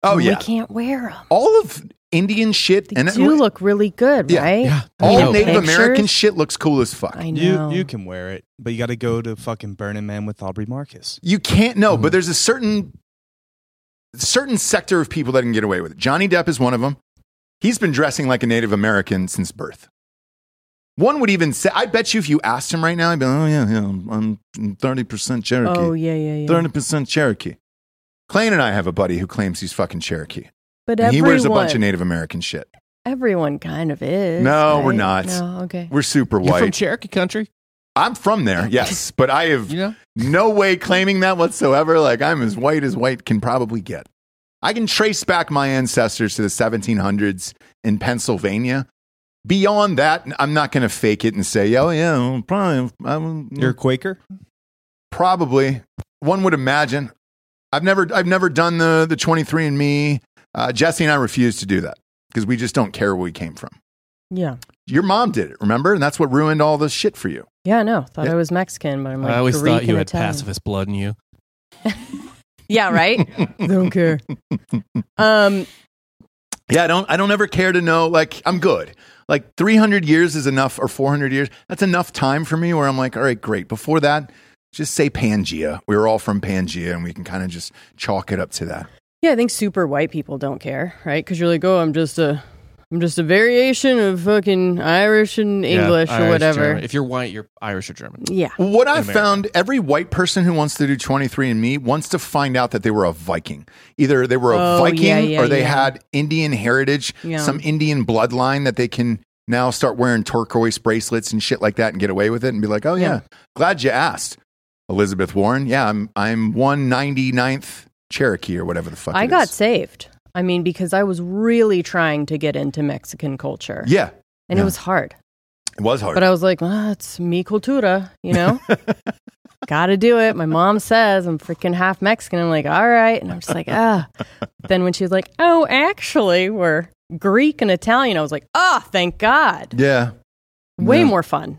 oh
And
yeah.
we can't wear them.
All of Indian shit
They
and
do look really good,
yeah,
right?
yeah.
I mean,
All Native
pictures.
American shit looks cool as fuck.
I know.
You you can wear it, but you got to go to fucking Burning Man with Aubrey Marcus.
You can't know,
Hmm.
but there's a certain certain sector of people that can get away with it. Johnny Depp is one of them. He's been dressing like a Native American since birth. One would even say, I bet you if you asked him right now, he'd be like, oh, yeah, yeah, I'm, I'm 30% Cherokee.
oh yeah, yeah, yeah.
30% Cherokee. Clayton and I have a buddy who claims he's fucking Cherokee.
But
And
everyone,
he wears a bunch of Native American shit.
everyone kind of is.
No, we're
right?
not.
No, okay.
We're super
You're from
white.
Cherokee country,
I'm from
[laughs]
there, yes, but I have
you know.
no way claiming that whatsoever. Like I'm as white as white can probably get. I can trace back my ancestors to the 1700s in Pennsylvania. Beyond that, I'm not going to fake it and say, "Oh yeah, well, probably." I'm,
You're a Quaker.
probably one would imagine. I've never, I've never done the the 23andMe. Uh, Jesse and I refuse to do that because we just don't care where we came from.
Yeah.
Your mom did it, remember, and that's what ruined all this shit for you.
Yeah, I know. Thought
Yeah.
I was Mexican, but I'm like
I always
Greek
thought you
and
had
Italian.
pacifist blood in you.
[laughs]
[laughs]
Yeah, right. Don't care. Um,
Yeah, I don't I don't ever care to know like I'm good. Like 300 years is enough or 400 years. That's enough time for me where I'm like, all right, great. Before that, just say Pangea. We were all from Pangea and we can kind of just chalk it up to that.
yeah, I think super white people don't care, right? Because you're like, oh, I'm just a, I'm just a variation of fucking Irish and English
Irish,
or whatever.
German. If you're white, you're Irish or German.
Yeah,
What I
America.
found every white person who wants to do 23andMe wants to find out that they were a Viking. Either they were a
Oh,
Viking
yeah, yeah,
or they
yeah.
had Indian heritage,
Yeah.
some Indian bloodline that they can now start wearing turquoise bracelets and shit like that and get away with it and be like, oh, yeah,
Yeah.
glad you asked, Elizabeth Warren. Yeah, I'm, I'm 199th Cherokee or whatever the fuck
I
it
got
is.
saved. I mean, because I was really trying to get into Mexican culture,
Yeah,
and
yeah.
it was hard.
it was hard.
But uh, I was like, well, it's mi cultura,
[laughs]
you know? Got to do it. My mom says I'm freaking half Mexican. I'm like, all right. And I'm just like,
[laughs]
ah. then when she was like, oh, actually, we're Greek and Italian, I was like, ah, thank God.
yeah.
Way
Yeah.
more fun.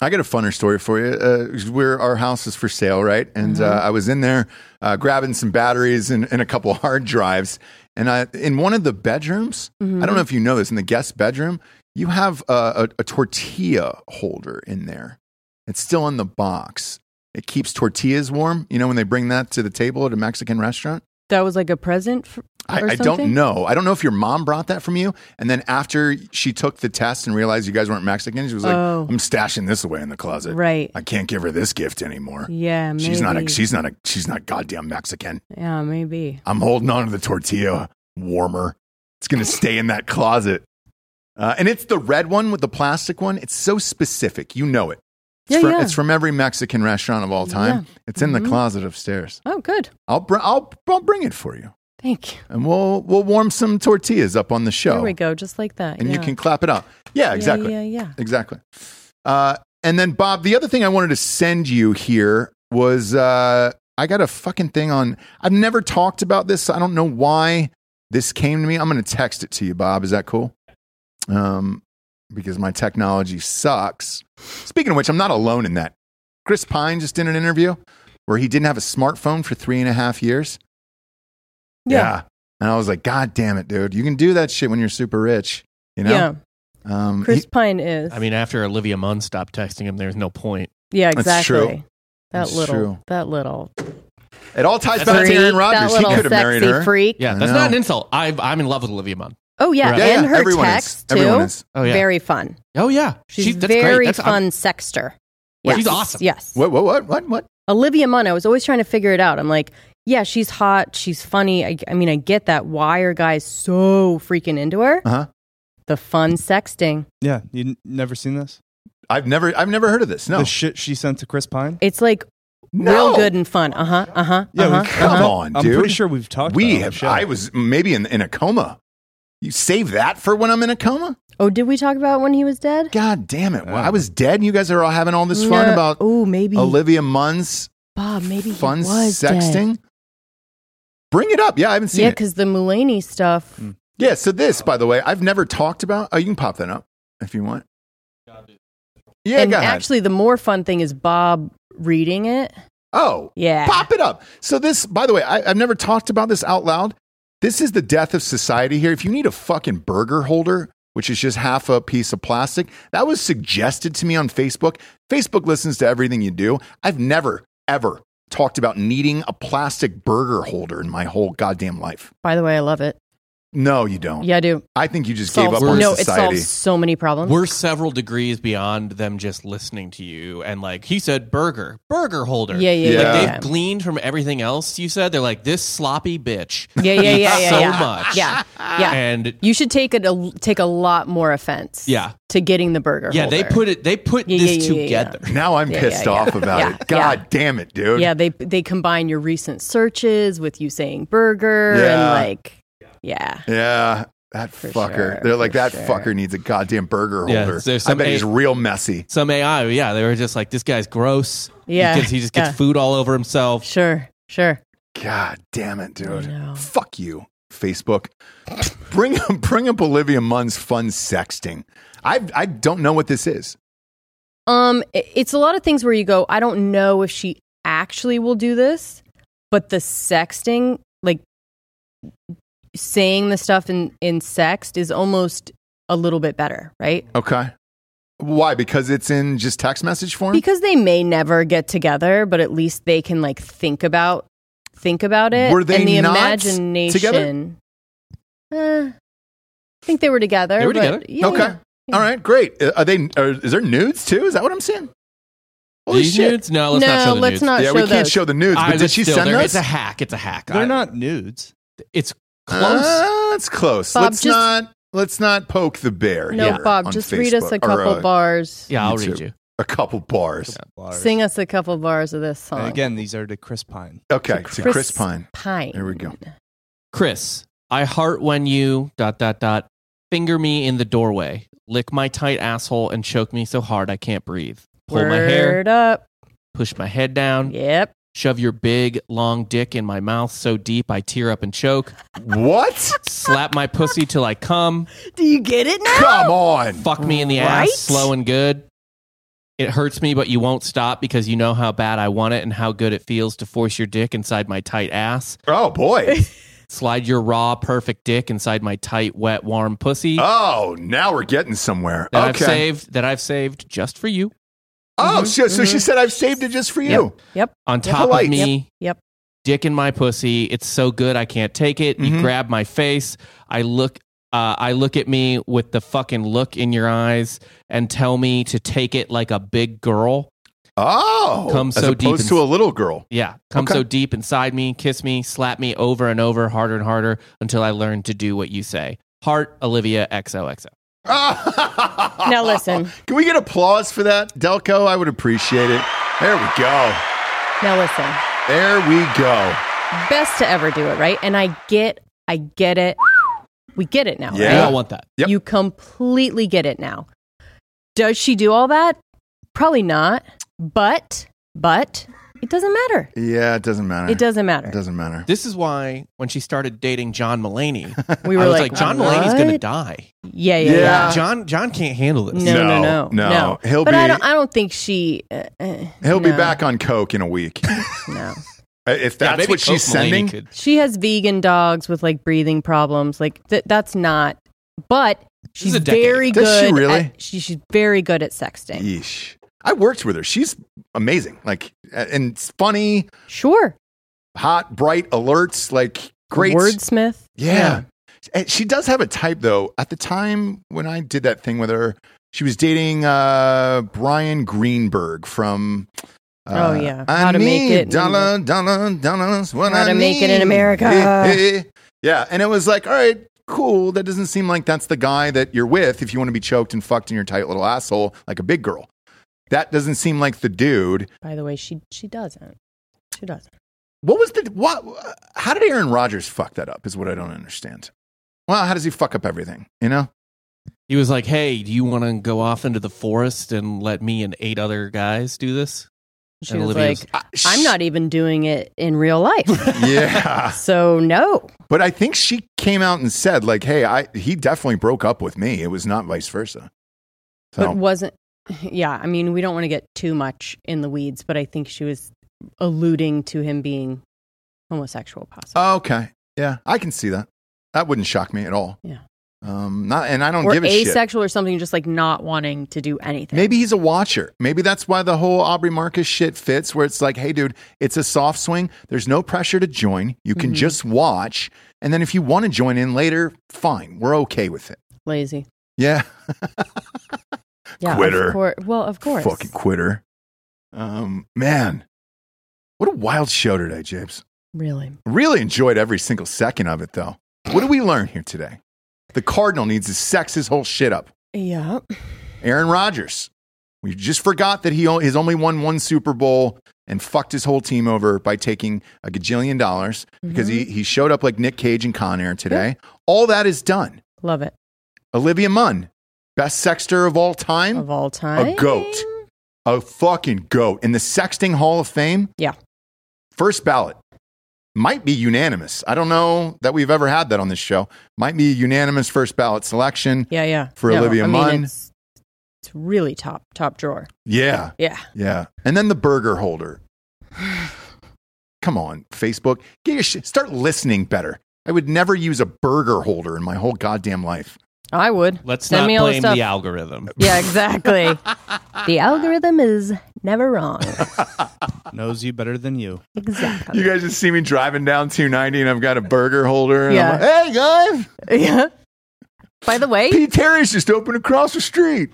I got a funner story for you. Uh, we're, our house is for sale, right? And uh, I was in there uh, grabbing some batteries and, and a couple hard drives. And I, in one of the bedrooms, I don't know if you know this, in the guest bedroom, you have a, a, a tortilla holder in there. It's still in the box. It keeps tortillas warm. You know, when they bring that to the table at a Mexican restaurant?
That was like a present. For,
I,
or
I
something?
don't know. I don't know if your mom brought that from you. And then after she took the test and realized you guys weren't Mexican, she was like,
Oh.
I'm stashing this away in the closet.
Right.
I can't give her this gift anymore.
Yeah, maybe.
She's not a she's not a she's not goddamn Mexican.
yeah, maybe.
I'm holding on to the tortilla warmer. It's gonna stay in that closet. Uh, and it's the red one with the plastic one. It's so specific. You know it. It's,
Yeah,
from,
yeah. Mm-hmm.
it's from every Mexican restaurant of all time. It's in the closet upstairs.
Oh, good.
I'll, br- I'll, I'll bring it for you.
Thank you.
And we'll, we'll warm some tortillas up on the show.
There we go. Just like that.
And
yeah.
you can clap it up. Yeah, exactly.
Yeah, yeah, yeah.
Exactly. Uh, and then Bob, the other thing I wanted to send you here was uh, I got a fucking thing on. I've never talked about this. I don't know why this came to me. I'm going to text it to you, Bob. Is that cool? Um, because my technology sucks. Speaking of which, I'm not alone in that. Chris Pine just did an interview where he didn't have a smartphone for three and a half years.
Yeah.
And I was like, God damn it, dude. You can do that shit when you're super rich. You know?
Yeah.
Um,
Chris
he-
Pine is.
I mean, after Olivia Munn stopped texting him, there's no point.
yeah, exactly.
That's true.
That
That's
little,
true.
that little
it all ties
That's
back to
great.
Aaron
freak, that
Rodgers. He
little
could have
sexy
married her.
freak.
Yeah,
I
that's
know.
not an insult. I, I'm in love with Olivia Munn.
Oh yeah,
Right.
and her
everyone is.
text too.
Everyone is.
Oh yeah.
Very fun.
oh yeah.
She's
that's great.
very
That's- I'm-
fun sexter.
Wait,
Yes.
she's awesome.
Yes.
What? What? What? What? What?
Olivia Munn. I was always trying to figure it out. I'm like, yeah, she's hot, she's funny. I, I mean, I get that. Why are guys so freaking into her?
Uh-huh.
The fun sexting.
Yeah, you n- never seen this?
I've never I've never heard of this. No.
The shit she sent to Chris Pine?
It's like
No.
real good and fun. Uh huh. Uh huh.
Yeah,
uh-huh,
we-
Come
uh-huh.
on,
I'm
dude.
pretty sure we've talked
we
about
have
it on the show.
I was maybe in in a coma. You save that for when I'm in a coma?
Oh, did we talk about when he was dead?
God damn it. Well,
Yeah.
I was dead and you guys are all having all this fun about
Oh, maybe
Olivia Munn's
Bob. Maybe he
fun
was dead.
sexting. Bring it up. Yeah, I haven't seen
Yeah,
it. Mm.
because the Mulaney stuff.
Yeah, so this, by the way, I've never talked about. Oh, you can pop that up if you want. Yeah,
and
go ahead.
actually, the more fun thing is Bob reading it.
oh,
Yeah.
pop it up. So this, by the way, I, I've never talked about this out loud. This is the death of society here. If you need a fucking burger holder, which is just half a piece of plastic, that was suggested to me on Facebook. Facebook listens to everything you do. I've never, ever talked about needing a plastic burger holder in my whole goddamn life.
By the way, I love it.
No, you don't.
Yeah, I do.
I think you just
Solves,
gave up on
no,
society.
it solves so many problems.
We're several degrees beyond them just listening to you. And like he said, burger, burger holder.
Yeah, yeah,
Like
yeah,
they've
yeah.
gleaned from everything else you said. They're like, this sloppy bitch.
yeah, yeah, yeah, yeah,
eats
yeah.
so much.
Yeah, yeah.
And
you should take it a, take a lot more offense.
Yeah.
To getting the burger.
yeah, they
holder.
put it, they put
Yeah,
this
yeah, yeah, yeah,
together.
Now I'm
Yeah,
pissed
yeah, yeah.
off about
Yeah,
it. God damn it, dude.
Yeah, they they combine your recent searches with you saying burger
Yeah.
and like yeah.
Yeah, That fucker.
sure,
They're like,
for
that
sure.
fucker needs a goddamn burger
Yeah,
holder.
there's
I
some
bet he's
a-
real messy.
Some AI, yeah, they were just like, this guy's gross.
Yeah.
He, gets, he just gets
Yeah.
food all over himself.
Sure. Sure.
God damn it, dude.
know.
Fuck you, Facebook. bring [laughs] up bring up Olivia Munn's fun sexting. I I don't know what this is.
Um i- it's a lot of things where you go, I don't know if she actually will do this, but the sexting, like saying the stuff in in sext is almost a little bit better, right?
Okay. Why? Because it's in just text message form?
Because they may never get together, but at least they can like think about think about it.
Were they
and the
not
imagination.
together?
Eh, I think they were together.
They were
but-
together?
Yeah,
okay.
yeah.
All right, great. Uh, Are they are, is there nudes too? Is that what I'm seeing? Holy
These
shit.
nudes? No, let's
no,
not show the
let's
nudes.
not
yeah,
show
we can't
those.
show the nudes,
Ah,
but did
that's
she
still
send
there.
those?
It's a hack. It's a hack. I-
They're not nudes.
It's close.
Uh, it's close.
Bob,
let's
just-
not let's not poke the bear.
no,
here
Bob,
on
just read us a
Facebook, or,
couple
uh,
bars.
yeah, I'll
Me
read
too.
you.
a couple bars.
Sing us a couple bars of this song.
And again, these are to Chris Pine.
Okay, to Chris,
To Chris
Pine.
Pine.
There we go.
Chris, I heart when you dot dot dot finger me in the doorway, lick my tight asshole and choke me so hard I can't breathe. Pull
Word
my hair,
up.
push my head down,
Yep.
shove your big long dick in my mouth so deep I tear up and choke,
[laughs]
What?
slap my pussy till I come,
Do you get it now?
Come on.
fuck me in the
Right?
ass slow and good. It hurts me, but you won't stop because you know how bad I want it and how good it feels to force your dick inside my tight ass.
Oh
[laughs]
boy.
Slide your raw, perfect dick inside my tight, wet, warm pussy.
Oh, now we're getting somewhere.
that I've
okay.
saved that I've saved just for you. Mm-hmm.
Oh, so, so she said I've saved it just for you.
Yep.
On top
polite.
of me,
Yep.
dick in my pussy. It's so good I can't take it.
Mhm.
Mm-hmm.
You grab my face. I look. Uh, I look at me with the fucking look in your eyes and tell me to take it like a big girl.
Oh,
Come
as
so deep
opposed
in-
to a little girl.
Yeah, come
Okay.
so deep inside me, kiss me, slap me over and over, harder and harder until I learn to do what you say. Heart, Olivia XOXO.
now
listen.
[laughs] Can we get applause for that, Delco? I would appreciate it. There we go.
Now listen.
There we go.
Best to ever do it, right? And I get I get it. We get it now,
Yeah.
We
right?
all want that.
Yep.
You completely get it now. Does she do all that? Probably not. But but it doesn't matter.
Yeah, it doesn't matter.
It doesn't matter.
It doesn't matter.
This is why when she started dating John Mulaney,
[laughs] We were
I was
like,
like, John Mulaney's going to
"What?"
die.
Yeah, yeah, yeah.
Yeah.
John John can't handle this.
No, no,
No,
no,
no.
no,
He'll
but
be-
I don't. I don't think she. Uh, uh,
He'll be
no,
back on Coke in a
[laughs]
week. Uh,
No,
if
Yeah,
that's
maybe
what she's
Coke Mulaney
sending.
could-
she has vegan dogs with like breathing problems. Like th- that's not. But
is
she's
a decade
very
ago.
good.
Does she really?
At, she, she's very good at sexting.
Yeesh. I worked with her. She's amazing. Like, and it's funny,
Sure.
hot, bright, alerts. Like, great.
wordsmith.
Yeah. And She does have a type, though. At the time when I did that thing with her, she was dating uh, Brian Greenberg from
Oh, yeah.
I
How to
need
make it in-
dollar, dollar, dollars. What
How
I
to make it in
need.
America.
Eh, eh. yeah, and it was like, all right, cool. That doesn't seem like that's the guy that you're with if you want to be choked and fucked in your tight little asshole like a big girl. That doesn't seem like the dude.
By the way, she she doesn't. She doesn't.
What was the what? How did Aaron Rodgers fuck that up? Is what I don't understand. Well, how does he fuck up everything? You know,
He was like, "Hey, do you want to go off into the forest and let me and eight other guys do this?"
She
And
was
Olivia's-
like, I'm not even doing it in real
[laughs]
life.
[laughs] yeah.
so no.
But I think she came out and said, like, hey, I he definitely broke up with me. It was not vice versa. So
But wasn't yeah, I mean, we don't want to get too much in the weeds, but I think she was alluding to him being homosexual possibly.
oh, okay. Yeah. I can see that. That wouldn't shock me at all.
Yeah.
Um not and I don't
or
give a shit.
asexual or something, just like not wanting to do anything.
Maybe he's a watcher. Maybe that's why the whole Aubrey Marcus shit fits, where it's like, hey, dude, it's a soft swing. There's no pressure to join. You
Mm-hmm.
can just watch. And then if you want to join in later, fine. We're okay with it.
lazy.
Yeah.
Yeah,
Quitter.
Of cour- well, of course.
Fucking quitter. Um, man. What a wild show today, James.
Really.
Really enjoyed every single second of it, though. What do we learn here today? The Cardinal needs to sex his whole shit up.
Yeah.
Aaron Rodgers. We just forgot that he o- has only won one Super Bowl and fucked his whole team over by taking a gajillion dollars because
Mm-hmm.
he, he showed up like Nick Cage and Con Air today. All that is done.
Love it.
Olivia Munn, best sexter of all time,
Of all time.
a goat, a fucking goat in the Sexting Hall of Fame.
Yeah.
First ballot might be unanimous. I don't know that we've ever had that on this show. Might be a unanimous first ballot selection.
Yeah, yeah.
For Olivia
I mean,
Munn.
It's, it's really top top drawer.
Yeah.
Yeah.
Yeah. And then the burger holder. [sighs] Come on, Facebook. Get your shit. Start listening better. I would never use a burger holder in my whole goddamn life.
I would.
Let's
Send
not
me all
blame
stuff.
the algorithm.
Yeah, exactly.
[laughs]
the algorithm is
[laughs]
never wrong.
Knows you better than you.
Exactly.
You guys just see me driving down 290 and I've got a burger holder. And
Yeah.
I'm like, hey, guys,
yeah. By the way,
Pete Terry's just opened across the street.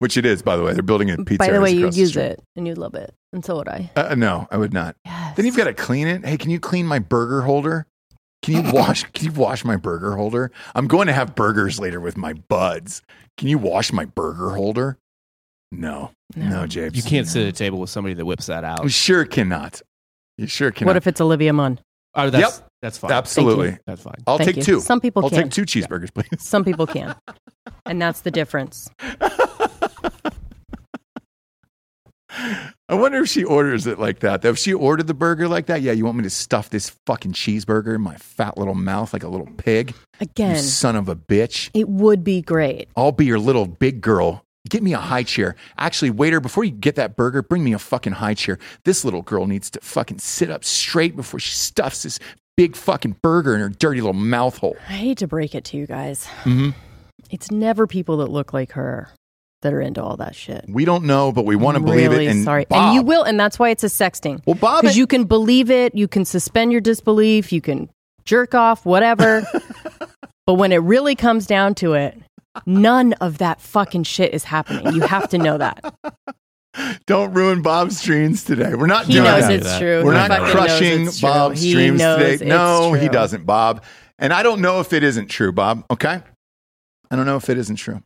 Which it is, by the way. They're building a Pete
by the
Terry's
way, you'd
across the
use
street.
it and you'd love it, and so would I.
Uh, no, I would not.
Yes.
Then you've got to clean it. Hey, can you clean my burger holder? Can you
[laughs]
wash? Can you wash my burger holder? I'm going to have burgers later with my buds. Can you wash my burger holder? No, no, James.
You can't sit at a table with somebody that whips that
You
out.
sure cannot. You sure cannot.
What if it's Olivia Munn?
Oh, that's,
Yep.
that's fine.
Absolutely.
Thank you. That's fine.
I'll
Thank
take
you.
two.
Some people
I'll
can.
take two cheeseburgers, please.
Some
[laughs]
people can, and that's the difference.
I wonder if she orders it like that. Though, if she ordered the burger like that, yeah, you want me to stuff this fucking cheeseburger in my fat little mouth like a little pig? You
Again,
son of a bitch.
it would be great.
I'll be your little big girl. Get me a high chair. Actually, waiter, before you get that burger, bring me a fucking high chair. This little girl needs to fucking sit up straight before she stuffs this big fucking burger in her dirty little mouth hole.
I hate to break it to you guys.
Mhm.
It's never people that look like her that are into all that shit.
We don't know, but we want to
I'm
believe
really
it. And
sorry,
Bob,
and you will, and that's why it's a sexting.
Well, Bob,
because you can believe it, you can suspend your disbelief, you can jerk off,
[laughs]
whatever. but when it really comes down to it, none of that fucking shit is happening. You have to know
[laughs]
that.
don't ruin Bob's dreams today. We're not
He
doing
knows
that.
it's true.
We're
He
not
fucking knows
crushing
it's true.
Bob's
He
dreams
knows
today.
it's
No, he
true.
doesn't, Bob. And I don't know if it isn't true, Bob. Okay. I don't know if it isn't true.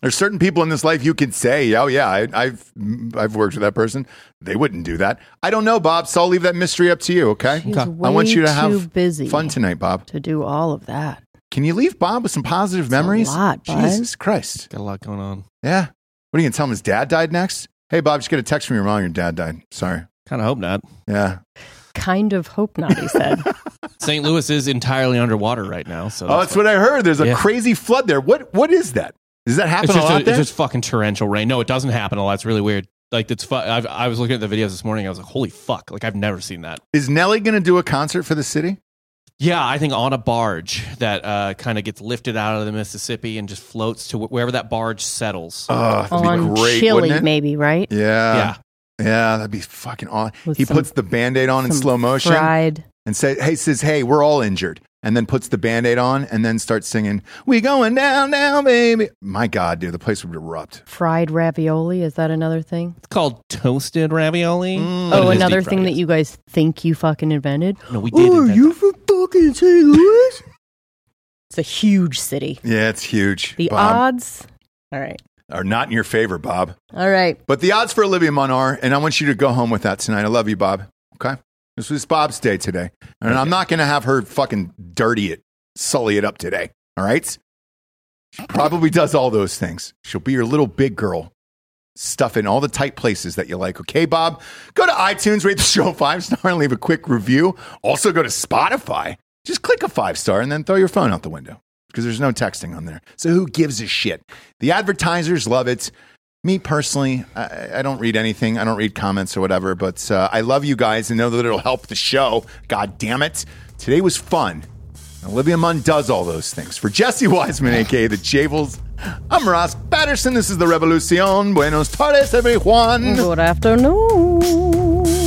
There's certain people in this life you could say, "Oh yeah, I, I've mm, I've worked with that person. They wouldn't do that." I don't know, Bob. So I'll leave that mystery up to you. Okay.
She's
I
way
want you to
too
have
busy
fun tonight, Bob.
to do all of that.
Can you leave Bob with some positive
a
memories?
lot, bud.
Jesus Christ.
Got a lot going on.
Yeah. What are you gonna tell him? His dad died next? Hey, Bob, just get a text from your mom. Your dad died. Sorry.
Kind of hope not.
Yeah.
Kind of hope not, he
[laughs]
said.
St. Louis is entirely underwater right now. So
oh, that's what I heard. There's a
Yeah.
crazy flood there. What What is that? Does that happen
it's
a
just,
lot
it's
there?
just fucking torrential rain. No, it doesn't happen a lot. It's really weird. Like it's fu- I've, I was looking at the videos this morning. I was like, holy fuck! Like I've never seen that.
Is Nelly going to do a concert for the city?
Yeah, I think on a barge that uh, kind of gets lifted out of the Mississippi and just floats to wh- wherever that barge settles.
Oh, that'd
On
be great,
Chile,
wouldn't it?
maybe, right?
Yeah,
yeah,
yeah, that'd be fucking awesome.
With
He
some-
puts the band-aid on in
Some
slow motion
Fried.
and say, "Hey, says, hey, we're all injured. and then puts the band-aid on and then starts singing we going down now baby my god dude the place would erupt
Fried ravioli, is that another thing?
It's called toasted ravioli.
oh, another thing that you guys think you fucking invented?
No, we did. invent that.
from fucking St. Louis? it's a huge city.
yeah it's huge
The
bob,
odds. All right.
are not in your favor bob
All right.
but the odds for olivia munn are and i want you to go home with that tonight i love you bob okay this was bob's day today and i'm not gonna have her fucking dirty it sully it up today all right she probably does all those things she'll be your little big girl stuff in all the tight places that you like. Okay, Bob, go to iTunes, rate the show five star, and leave a quick review. Also, go to Spotify. Just click a five star and then throw your phone out the window because there's no texting on there. So who gives a shit? The advertisers love it. Me personally, I, I don't read anything. I don't read comments or whatever, but uh, I love you guys and know that it'll help the show. God damn it. Today was fun. Olivia Munn does all those things. For Jesse Wiseman, aka the Javels, I'm Ross Patterson. This is the Revolucion. Buenos tardes, everyone.
Good afternoon.